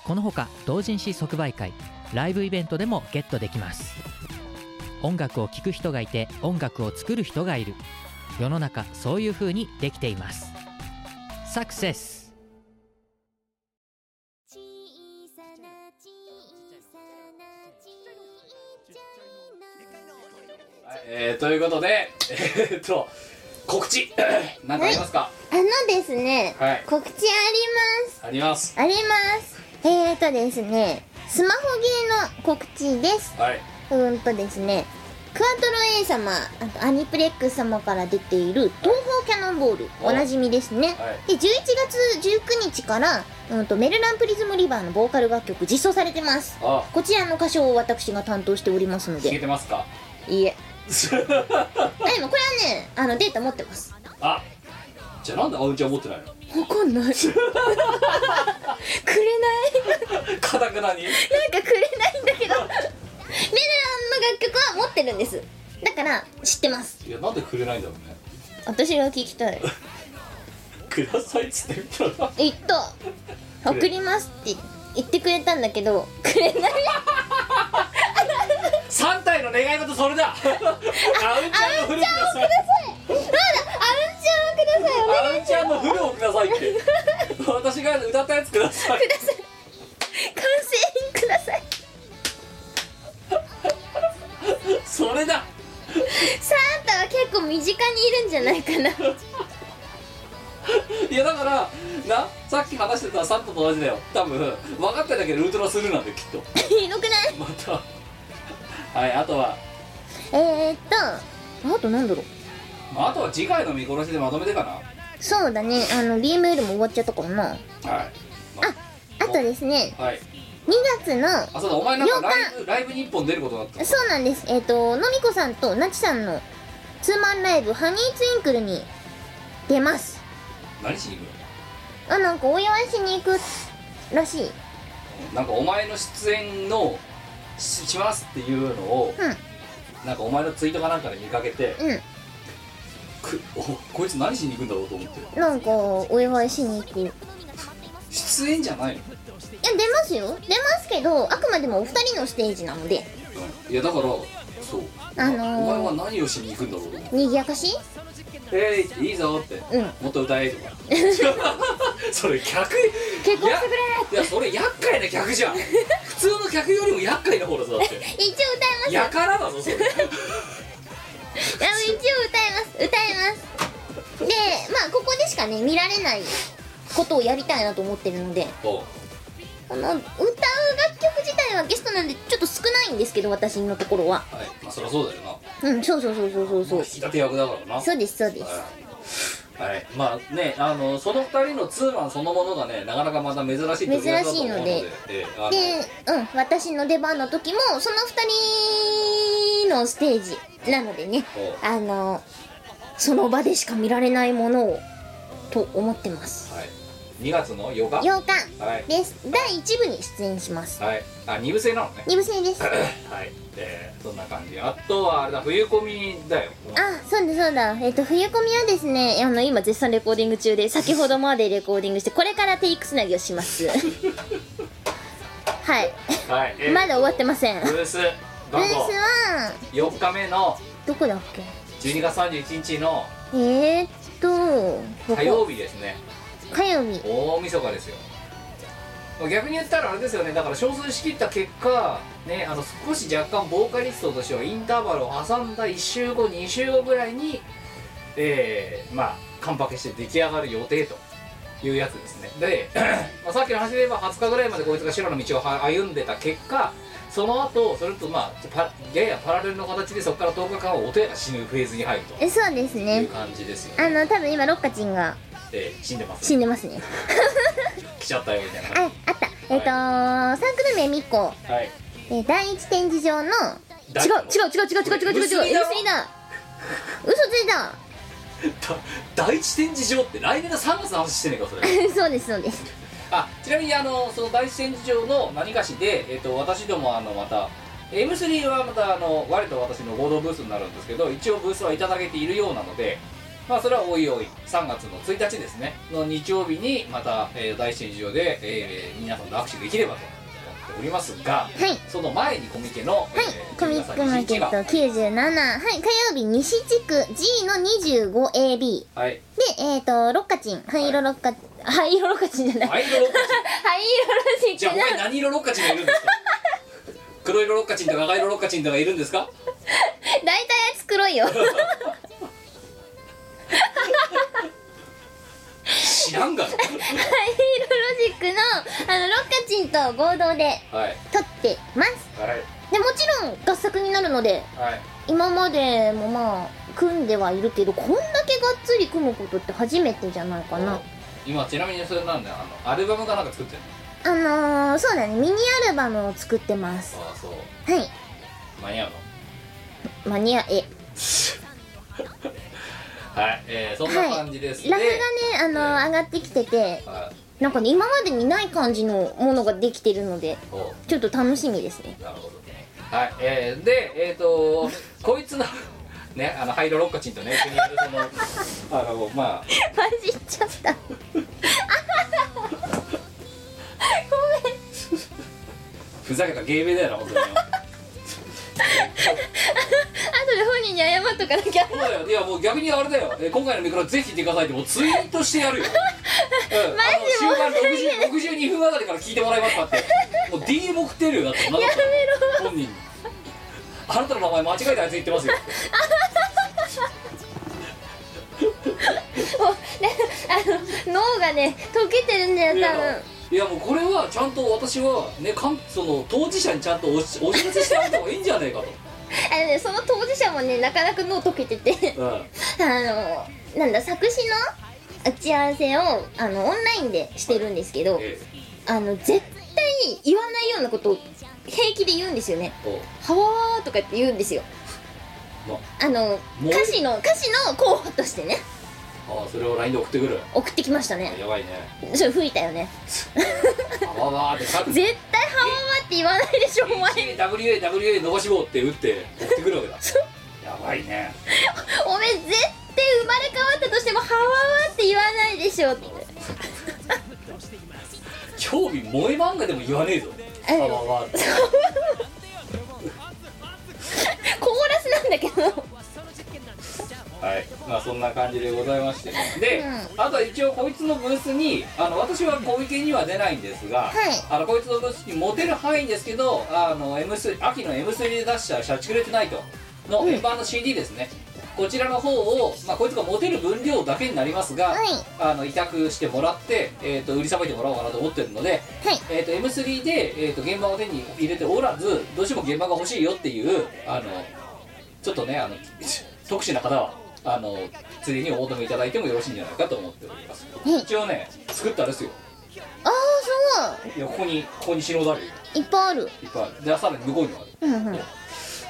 [SPEAKER 5] このほか同人誌即売会ライブイベントでもゲットできます音楽を聴く人がいて音楽を作る人がいる世の中そういう風にできていますサクセス
[SPEAKER 6] 小さな小さな小さいの
[SPEAKER 2] えーということでえーっと告知何かありますか
[SPEAKER 3] あのですね、
[SPEAKER 2] はい
[SPEAKER 3] 告知あります
[SPEAKER 2] あります
[SPEAKER 3] ありますえーとですねスマホゲーの告知です
[SPEAKER 2] はい
[SPEAKER 3] うんとですねクワトロ A 様あとアニプレックス様から出ている東方キャノンボール
[SPEAKER 2] お
[SPEAKER 3] おなじみですね、
[SPEAKER 2] はい
[SPEAKER 3] で11月19日から、うん、とメルランプリズムリバーのボーカル楽曲実装されてます
[SPEAKER 2] あ
[SPEAKER 3] こちらの歌唱を私が担当しておりますの
[SPEAKER 2] 聞け
[SPEAKER 3] で
[SPEAKER 2] てますか
[SPEAKER 3] いいえあでもこれはねあのデータ持ってます
[SPEAKER 2] あじゃあなんであうんちゃん持ってないの
[SPEAKER 3] わか んないくれない
[SPEAKER 2] かたくなに
[SPEAKER 3] なんかくれないんだけどメルランの楽曲は持ってるんですだから知ってます
[SPEAKER 2] いやなんでくれないんだろうね
[SPEAKER 3] 私が聞きたい
[SPEAKER 2] くださいっつって言 ったら
[SPEAKER 3] 言った送りますって言ってくれたんだけどくれない
[SPEAKER 2] 3体の願い事それだあうんちゃんのフルくださいあうんちゃんのフルをくださいって私が歌ったやつくださ
[SPEAKER 3] 完
[SPEAKER 2] い
[SPEAKER 3] 成品ください
[SPEAKER 2] それだ
[SPEAKER 3] サンタは結構身近にいるんじゃないかな
[SPEAKER 2] いやだからなさっき話してたサンタと同じだよ多分分かってたけどウルトラスルーなんできっと
[SPEAKER 3] ひどくない
[SPEAKER 2] またはいあとは、
[SPEAKER 3] えー、っとあとなんだろう
[SPEAKER 2] まあ、あとは次回の見殺しでまとめてか
[SPEAKER 3] そうだねあの BML も終わっちゃったからな
[SPEAKER 2] なはい
[SPEAKER 3] あとですね
[SPEAKER 2] あはい
[SPEAKER 3] 2月の
[SPEAKER 2] あそうだお前なんかライブライブに1本出ることになった
[SPEAKER 3] そうなんですえっ、とのみこさんとなちさんのツーマンライブ「ハニーツインクル」に出ます
[SPEAKER 2] 何しに行く
[SPEAKER 3] あなんかお祝いしに行くらしい
[SPEAKER 2] のなんかお前の出演のししますっていうのを、なんかお前のツイートかなんかで見かけて
[SPEAKER 3] うん
[SPEAKER 2] くおこいつ何しに行くんだろうと思って
[SPEAKER 3] なんかお祝いしに行くいや
[SPEAKER 2] 出演じゃないの
[SPEAKER 3] 出ますよ出ますけどあくまでもお二人のステージなので
[SPEAKER 2] いやだからそう、
[SPEAKER 3] あのー
[SPEAKER 2] お前は何をしに行くんだろうと思って
[SPEAKER 3] 賑やかしい
[SPEAKER 2] 「えーいいぞ」って、
[SPEAKER 3] うん
[SPEAKER 2] もっと歌え」とか それ客
[SPEAKER 3] 結婚してくれ
[SPEAKER 2] いやそれ厄介な客 じゃん普通の客よりも厄介な方だぞだって
[SPEAKER 3] 一応歌います
[SPEAKER 2] やからだぞそれ
[SPEAKER 3] あの一応歌います歌いますでまあここでしかね見られないことをやりたいなと思ってるので
[SPEAKER 2] おう
[SPEAKER 3] この歌う楽曲自体はゲストなんでちょっと少ないんですけど私のところは
[SPEAKER 2] はいまあそりゃそうだよな
[SPEAKER 3] うんそうそうそうそうそうそ
[SPEAKER 2] 引
[SPEAKER 3] う
[SPEAKER 2] き立て役だからな
[SPEAKER 3] そうですそうです
[SPEAKER 2] はい、はい、まあねあのその二人のツーマンそのものがねなかなかまた珍しい取り合わせだと思うの
[SPEAKER 3] 珍
[SPEAKER 2] で
[SPEAKER 3] しいので
[SPEAKER 2] ええあの
[SPEAKER 3] でうん私の出番の時もその2人のステージなのでね
[SPEAKER 2] お
[SPEAKER 3] あのその場でしか見られないものをと思ってます
[SPEAKER 2] はい、2月の8日
[SPEAKER 3] 8
[SPEAKER 2] はい
[SPEAKER 3] 日です第1部に出演します
[SPEAKER 2] はいあ二部制なのね
[SPEAKER 3] 2部制です
[SPEAKER 2] はいえー、そんな感じあとはあれだ冬コミだよ
[SPEAKER 3] あそうだそうだえっ、と冬コミはですねあの今絶賛レコーディング中で先ほどまでレコーディングしてこれからテイクつなぎをしますはい
[SPEAKER 2] はい、えー
[SPEAKER 3] まだ終わってません
[SPEAKER 2] ブース
[SPEAKER 3] ブ
[SPEAKER 2] 番
[SPEAKER 3] ース
[SPEAKER 2] 号
[SPEAKER 3] は
[SPEAKER 2] 4日目の
[SPEAKER 3] どこだっけ
[SPEAKER 2] 12月31日の
[SPEAKER 3] えー、っとここ
[SPEAKER 2] 火曜日ですね
[SPEAKER 3] 火曜日
[SPEAKER 2] 大晦日ですよまあ逆に言ったらあれですよねだから少数しきった結果ねあの少し若干ボーカリストとしてはインターバルを挟んだ1週後2週後ぐらいにえー、まあカンパケして出来上がる予定というやつですねで、 まあ、さっきの話で言えば20日ぐらいまでこいつが白の道をは歩んでた結果その後それとまあパややパラレルの形でそこから10日間はおとやが死ぬフェーズに入る
[SPEAKER 3] えそうです
[SPEAKER 2] という
[SPEAKER 3] ね
[SPEAKER 2] 感じですよ、
[SPEAKER 3] あの多分今ロッカチンが
[SPEAKER 2] えー死んでます
[SPEAKER 3] 死んでますね
[SPEAKER 2] 来ちゃったよみたいな
[SPEAKER 3] ああったえっ、とサンクル名みっこ
[SPEAKER 2] はい
[SPEAKER 3] えー第一展示場の違う
[SPEAKER 2] 第一
[SPEAKER 3] 違う違う違う違う違う違う違う
[SPEAKER 2] これ
[SPEAKER 3] 嘘
[SPEAKER 2] 嘘
[SPEAKER 3] つ
[SPEAKER 2] つ
[SPEAKER 3] い
[SPEAKER 2] い
[SPEAKER 3] た嘘ついた
[SPEAKER 2] だ第一展示場って来年の3月の話してねえかそ れ
[SPEAKER 3] そうですそうです
[SPEAKER 2] あちなみにあのその第一展示場の何かしで、えっと私どもあのまた M3 はまたあの我と私の合同ブースになるんですけど一応ブースはいただけているようなのでまあそれはおいおい3月の1日ですねの日曜日にまた、えー第一展示場で、えー皆さんと握手できればと思っておりますが
[SPEAKER 3] はい
[SPEAKER 2] その前にコミケの、はい
[SPEAKER 3] はい、コミックマーケット
[SPEAKER 2] が
[SPEAKER 3] 97はい火曜日西地区 G の 25AB で
[SPEAKER 2] はい
[SPEAKER 3] えっ、とロッカチン灰色ロッカ、灰色ロッカチンじゃない、
[SPEAKER 2] ワイドロック
[SPEAKER 3] 灰色ロッカ
[SPEAKER 2] じ
[SPEAKER 3] チ
[SPEAKER 2] ゃあ
[SPEAKER 3] ン
[SPEAKER 2] 他に何色ロッカチンが いるんですか黒色ロッカチンとか赤色ロッカチンとかいるんですか
[SPEAKER 3] 大体扱作ろうよ
[SPEAKER 2] 知らんが
[SPEAKER 3] ハイヒーロロジックのあのロッカチンと合同で
[SPEAKER 2] なはい
[SPEAKER 3] 撮ってます
[SPEAKER 2] はい
[SPEAKER 3] でもちろん合作になるので
[SPEAKER 2] はい
[SPEAKER 3] 今までもまあ組んではいるけどこんだけがっつり組むことって初めてじゃないかな
[SPEAKER 2] 今ちなみにそれなんだよあのアルバムかなんか作ってんの
[SPEAKER 3] あのー、そうだねミニアルバムを作ってます
[SPEAKER 2] ああそう
[SPEAKER 3] はい
[SPEAKER 2] 間に合う
[SPEAKER 3] マニア絵
[SPEAKER 2] のはいえー、そんな感じです、
[SPEAKER 3] ラム
[SPEAKER 2] で
[SPEAKER 3] がね、あのー、上がってきてて
[SPEAKER 2] はい
[SPEAKER 3] なんかね今までにない感じのものができてるので
[SPEAKER 2] お
[SPEAKER 3] ちょっと楽しみですね
[SPEAKER 2] なるほどねはいえー、でえっ、ー、とこいつのねあのハイロロッカチンとね一緒にやるそ のあのまあ
[SPEAKER 3] マジっちゃ った
[SPEAKER 2] ふざけた芸名だよな本当に
[SPEAKER 3] 後で本人に謝っとかなきゃ
[SPEAKER 2] そうだよいやもう逆にあれだよ、えー今回のミクロぜひ見てくださいってもうツイートしてや るよ、うん、あの週間60 62分あたりから聞いてもらえますかってもう DM 送ってるよだってやめろ本人にあなたの名前間違えてあいつ言ってますよ
[SPEAKER 3] もうねあの脳がね溶けてるんだ
[SPEAKER 2] い
[SPEAKER 3] よ
[SPEAKER 2] や
[SPEAKER 3] 多分
[SPEAKER 2] いやもうこれはちゃんと私はねかんその当事者にちゃんとおしお知らせしてあげた方がいいんじゃねえかと、
[SPEAKER 3] あのねその当事者もねなかなか脳溶けてて
[SPEAKER 2] うん、はい
[SPEAKER 3] あのなんだ作詞の打ち合わせをあのオンラインでしてるんですけど
[SPEAKER 2] え
[SPEAKER 3] あの絶対言わないようなことを平気で言うんですよね
[SPEAKER 2] え
[SPEAKER 3] 「
[SPEAKER 2] お
[SPEAKER 3] はわー」とかって言うんですよ
[SPEAKER 2] ま
[SPEAKER 3] あの
[SPEAKER 2] もう
[SPEAKER 3] 歌詞の歌詞の候補としてね
[SPEAKER 2] ああそれを LINE で送ってくる
[SPEAKER 3] 送ってきましたね
[SPEAKER 2] やばいね
[SPEAKER 3] それ吹いたよね
[SPEAKER 2] あわわーって書く
[SPEAKER 3] 絶対「はわわ」って言わないでしょお前
[SPEAKER 2] WAWA 伸ばし棒って打って送ってくるわけだやばいね
[SPEAKER 3] おめえ絶対生まれ変わったとしても「はわわ」って言わないでしょって
[SPEAKER 2] 興味萌え漫画でも言わねえぞ
[SPEAKER 3] あ
[SPEAKER 2] あ
[SPEAKER 3] の
[SPEAKER 2] わわー
[SPEAKER 3] コーラスなんだけど
[SPEAKER 2] はいまあそんな感じでございましてねで、
[SPEAKER 3] う
[SPEAKER 2] あとは一応こいつのブースにあの私は小池には出ないんですが、
[SPEAKER 3] い
[SPEAKER 2] あのこいつのブースにモテる範囲ですけどあの M3 秋の M3 で出した「シャチクレてないと」の
[SPEAKER 3] うん
[SPEAKER 2] 円盤の CD ですね、こちらの方を、まあ、こいつがモテる分量だけになりますが、
[SPEAKER 3] はい
[SPEAKER 2] あの委託してもらって、えー、と売りさばいてもらおうかなと思ってるので、
[SPEAKER 3] はい
[SPEAKER 2] えー、と M3 で、えー、と現場を手に入れておらずどうしても現場が欲しいよっていうあのちょっとねあの 特殊な方はあのついでにお求めいただいてもよろしいんじゃないかと思っております
[SPEAKER 3] い
[SPEAKER 2] 一応ね作ったんですよ
[SPEAKER 3] ああ
[SPEAKER 2] いやここにここに白だるよ
[SPEAKER 3] すごいいっぱいある
[SPEAKER 2] いっぱいあるでさらに向こうにもあ
[SPEAKER 3] う
[SPEAKER 2] る
[SPEAKER 3] んうん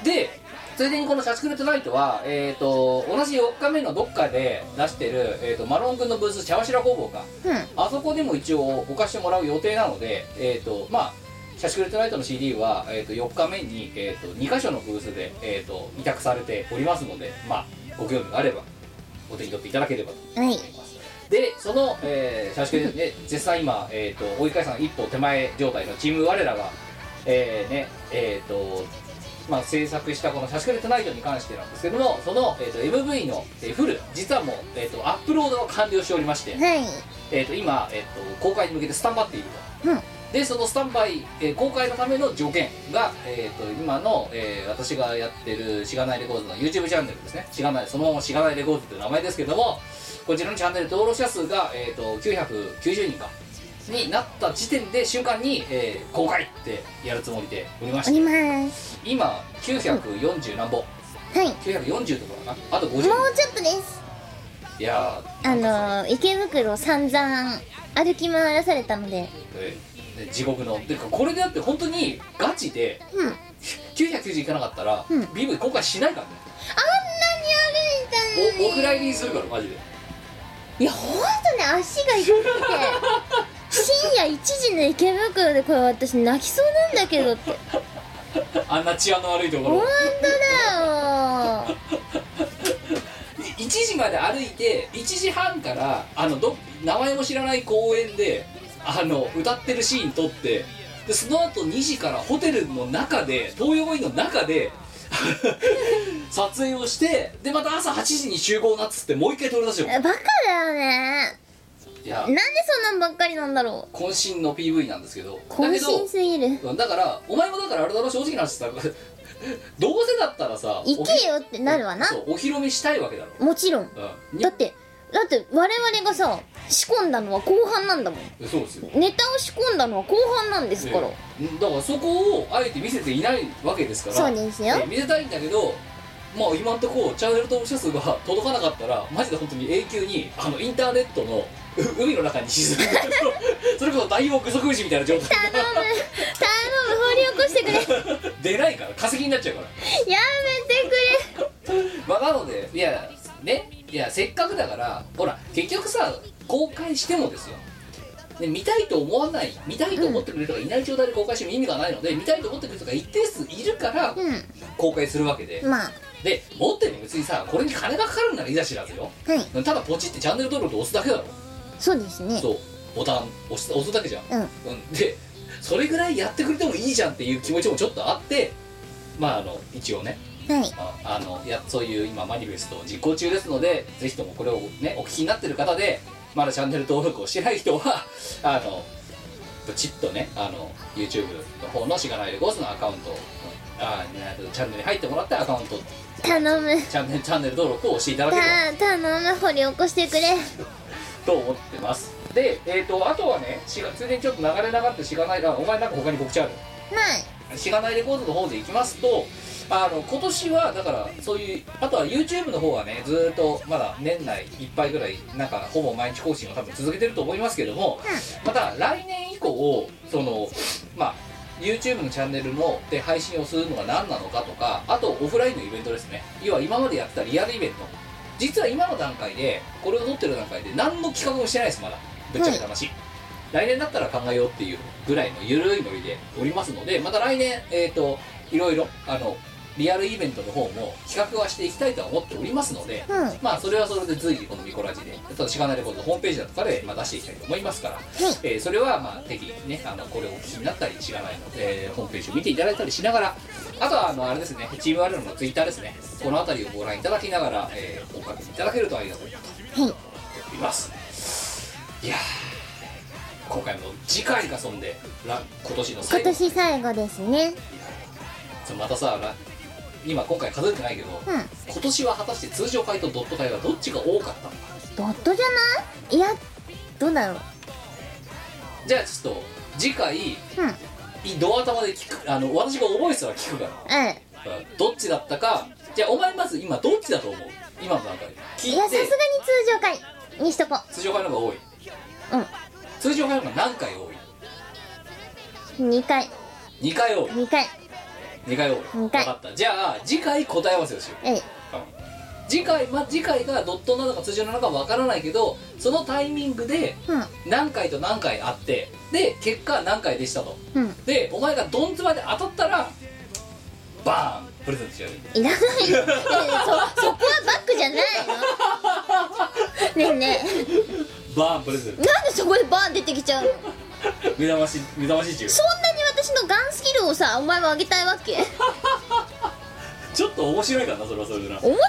[SPEAKER 2] でついでにこの「シャチクレットナイトは」えー、と同じ4日目のどっかで出してる、えー、とマロン君のブース茶柱工房か
[SPEAKER 3] うん
[SPEAKER 2] あそこでも一応置かしてもらう予定なので、えっ、と、まあ、シャシクレットライトの CD は、えっ、と、4日目に、えっ、と、2箇所のブースで、えっ、と、委託されておりますので、まあ、ご興味があれば、お手に取っていただければと
[SPEAKER 3] はい
[SPEAKER 2] 思います。で、その、えー、シャシクレットで、絶賛今、えっ、と、追い返さん一歩手前状態のチーム我らが、えー、ね、えっ、と、まあ、制作したこの「シャシクレットナイト」に関してなんですけどもその、えー、と MV の、えーフル実はもう、えー、とアップロードは完了しておりまして、
[SPEAKER 3] はい
[SPEAKER 2] えー、と今、えー、と公開に向けてスタンバっていると、
[SPEAKER 3] うん
[SPEAKER 2] でそのスタンバイ、えー公開のための条件が、えー、と今の、えー私がやってるしがないレコードの YouTube チャンネルですねしがないそのまましがないレコードっていう名前ですけどもこちらのチャンネル登録者数が、えー、と990人かになった時点で瞬間に、えー公開ってやるつもりでおりま
[SPEAKER 3] お
[SPEAKER 2] し
[SPEAKER 3] り
[SPEAKER 2] て
[SPEAKER 3] ます
[SPEAKER 2] 今940何本
[SPEAKER 3] はい
[SPEAKER 2] 940とかかなあと50
[SPEAKER 3] もうちょっとです
[SPEAKER 2] いやー
[SPEAKER 3] あ
[SPEAKER 2] なんか
[SPEAKER 3] のー池袋を散々歩き回らされたので
[SPEAKER 2] えー地獄のてかこれでだって本当にガチで
[SPEAKER 3] うんあんなに歩
[SPEAKER 2] 990いかなかったら、
[SPEAKER 3] うん
[SPEAKER 2] BV 公開しないからね
[SPEAKER 3] いたのに
[SPEAKER 2] おお蔵入りにするからマジで
[SPEAKER 3] いやほんとね足が痛くて深夜1時の池袋でこれ私泣きそうなんだけどって
[SPEAKER 2] あんな治安の悪いとこ
[SPEAKER 3] ほん
[SPEAKER 2] ろ
[SPEAKER 3] とだよ
[SPEAKER 2] い1時まで歩いて1時半からあのど名前も知らない公園であの歌ってるシーン撮ってでその後2時からホテルの中で東洋インの中で撮影をしてでまた朝8時に集合なっつってもう一回撮り出しよ
[SPEAKER 3] バカだよね
[SPEAKER 2] ういや
[SPEAKER 3] なんでそんなんばっかりなんだろう
[SPEAKER 2] 渾身の PV なんですけどだけ
[SPEAKER 3] 渾
[SPEAKER 2] ど
[SPEAKER 3] 身すぎる
[SPEAKER 2] だからお前もだからあれだろ正直な話さ どうせだったらさ
[SPEAKER 3] 行
[SPEAKER 2] お
[SPEAKER 3] けよってなるわな
[SPEAKER 2] そうお披露目したいわけだろ、
[SPEAKER 3] もちろん
[SPEAKER 2] うん、に
[SPEAKER 3] だってだって我々がさ仕込んだのは後半なんだもん
[SPEAKER 2] そうですよ
[SPEAKER 3] ネタを仕込んだのは後半なんですから、
[SPEAKER 2] ええだからそこをあえて見せていないわけですから
[SPEAKER 3] そうですよ
[SPEAKER 2] ええ見せたいんだけどまあ今んとこチャンネル登録者数が届かなかったらマジで本当に永久にあのインターネットのう海の中に沈む それこそ大王グソクムシみたいな状態
[SPEAKER 3] 頼む頼む掘り起こして くれ
[SPEAKER 2] 出ないから化石になっちゃうから
[SPEAKER 3] やめてく
[SPEAKER 2] まあなのでいやねいやせっかくだからほら結局さ公開してもですよで見たいと思わない見たいと思ってくれる人がいない状態で公開しても意味がないので、見たいと思ってくれる人が一定数いるか
[SPEAKER 3] れ
[SPEAKER 2] ら公開するわけで
[SPEAKER 3] うんまあ
[SPEAKER 2] で持ってるの別にさこれに金がかかるならいいだしらずよ
[SPEAKER 3] はい
[SPEAKER 2] ただポチってチャンネル登録押すだけだろ
[SPEAKER 3] そうですね
[SPEAKER 2] そうボタン押す押すだけじゃん、
[SPEAKER 3] うん
[SPEAKER 2] うん、でそれぐらいやってくれてもいいじゃんっていう気持ちもちょっとあってまああの一応ね
[SPEAKER 3] はい
[SPEAKER 2] ああのいやそういう今マニフェストを実行中ですのでぜひともこれをねお聞きになってる方でまだチャンネル登録をしてない人は あのブチッとねあの YouTube の方のしがないレコースのアカウントあえーとチャンネルに入ってもらってアカウント
[SPEAKER 3] 頼む
[SPEAKER 2] チャンネルチャンネル登録をしていただければ
[SPEAKER 3] た頼む掘り起こしてくれ
[SPEAKER 2] と思ってますで、えー、とあとはねしがついでにちょっと流れながってしがないあお前なんか他に告知ある
[SPEAKER 3] ない
[SPEAKER 2] しがないレコードの方でいきますとあの今年はだからそういうあとは YouTube の方はねずーっとまだ年内いっぱいぐらいなんかほぼ毎日更新を多分続けてると思いますけどもまた来年以降をそのまあ YouTube のチャンネルので配信をするのが何なのかとかあとオフラインのイベントですね要は今までやってたリアルイベント実は今の段階でこれを撮ってる段階で何の企画もしてないですまだぶっちゃけた話、来年だったら考えようっていうぐらいの緩いノリでおりますのでまた来年えっ、といろいろあのリアルイベントの方も企画はしていきたいとは思っておりますので、
[SPEAKER 3] うん
[SPEAKER 2] まあそれはそれで随時このミコラジでただしがないレコードのホームページだとかで、まあ、出していきたいと思いますから、えーそれはまあ適宜ねあのこれをお聞きになったりしがないの、えーホームページを見ていただいたりしながらあとはあのあれですねチームワールドのツイッターですねこの辺りをご覧いただきながら、えー、おかけいただけるとありがたいなと思っております、い、やー今回も次回がそんでら今年の
[SPEAKER 3] 今
[SPEAKER 2] 最後
[SPEAKER 3] 年最後ですね
[SPEAKER 2] そうまたさら今今回数えてないけど、
[SPEAKER 3] うん
[SPEAKER 2] 今年は果たして通常回とドット回はどっちが多かったのか
[SPEAKER 3] ドットじゃないいやどうだろう
[SPEAKER 2] じゃあちょっと次回い
[SPEAKER 3] うんうん
[SPEAKER 2] ドア頭で聞くあの私が覚えてたら聞くからうんどっちだったかじゃあお前まず今どっちだと思う今の段階で聞い
[SPEAKER 3] いやさすがに
[SPEAKER 2] て
[SPEAKER 3] 通常回にしとこ
[SPEAKER 2] 通常回の方が多い
[SPEAKER 3] うん
[SPEAKER 2] 通常回の方が何回多いう
[SPEAKER 3] 2回
[SPEAKER 2] 2回多い
[SPEAKER 3] 2回
[SPEAKER 2] 2回多い
[SPEAKER 3] 二回
[SPEAKER 2] 分かったじゃあ次回答え合わせをしよう
[SPEAKER 3] えい
[SPEAKER 2] 次回、ま、次回がドットなのか通常なのかわからないけどそのタイミングで
[SPEAKER 3] う
[SPEAKER 2] 何回と何回あってで結果何回でしたと
[SPEAKER 3] んうん
[SPEAKER 2] でお前がドンツバで当たったらバーンプレゼントしようよ
[SPEAKER 3] いらないよそそこはバックじゃないのねえねえ
[SPEAKER 2] バーンプレゼント
[SPEAKER 3] なんでそこでバーン出てきちゃうのそんなに
[SPEAKER 2] 目覚まし目覚まし中
[SPEAKER 3] 私のガンスキルをさお前はあげたいわけ面
[SPEAKER 2] ちょっと面白いからなそれはそれでな
[SPEAKER 3] 白くね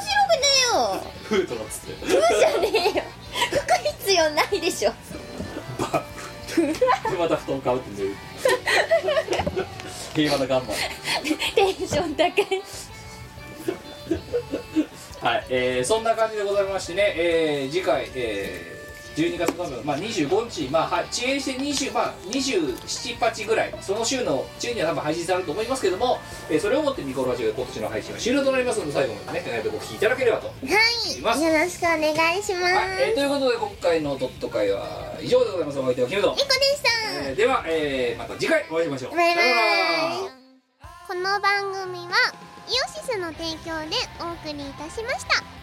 [SPEAKER 3] えよ
[SPEAKER 2] フーとかっつって
[SPEAKER 3] そうじゃねえよ服必要ないでしょ
[SPEAKER 2] でまた布団かぶって 寝る平和なガンマン
[SPEAKER 3] テンション高い
[SPEAKER 2] はい、えーそんな感じでございましてね、えー次回、えー12月の、まあ、25日、まあ、は遅延して20、まあ、27、8ぐらい、その週の中には多分配信されると思いますけども、えーそれをもってミコラジオ今年の配信は終了となりますので、最後までね、えーご聞きいただければと。はい、
[SPEAKER 3] はいよろしくお願いします、
[SPEAKER 2] えーということで、今回のドット会は以上でございます。お相手はキムト
[SPEAKER 3] み。こでした、
[SPEAKER 2] えーでは、えーまた次回お会いしましょう。
[SPEAKER 3] バイバ
[SPEAKER 2] さよなら
[SPEAKER 3] イこの番組はイオシスの提供でお送りいたしました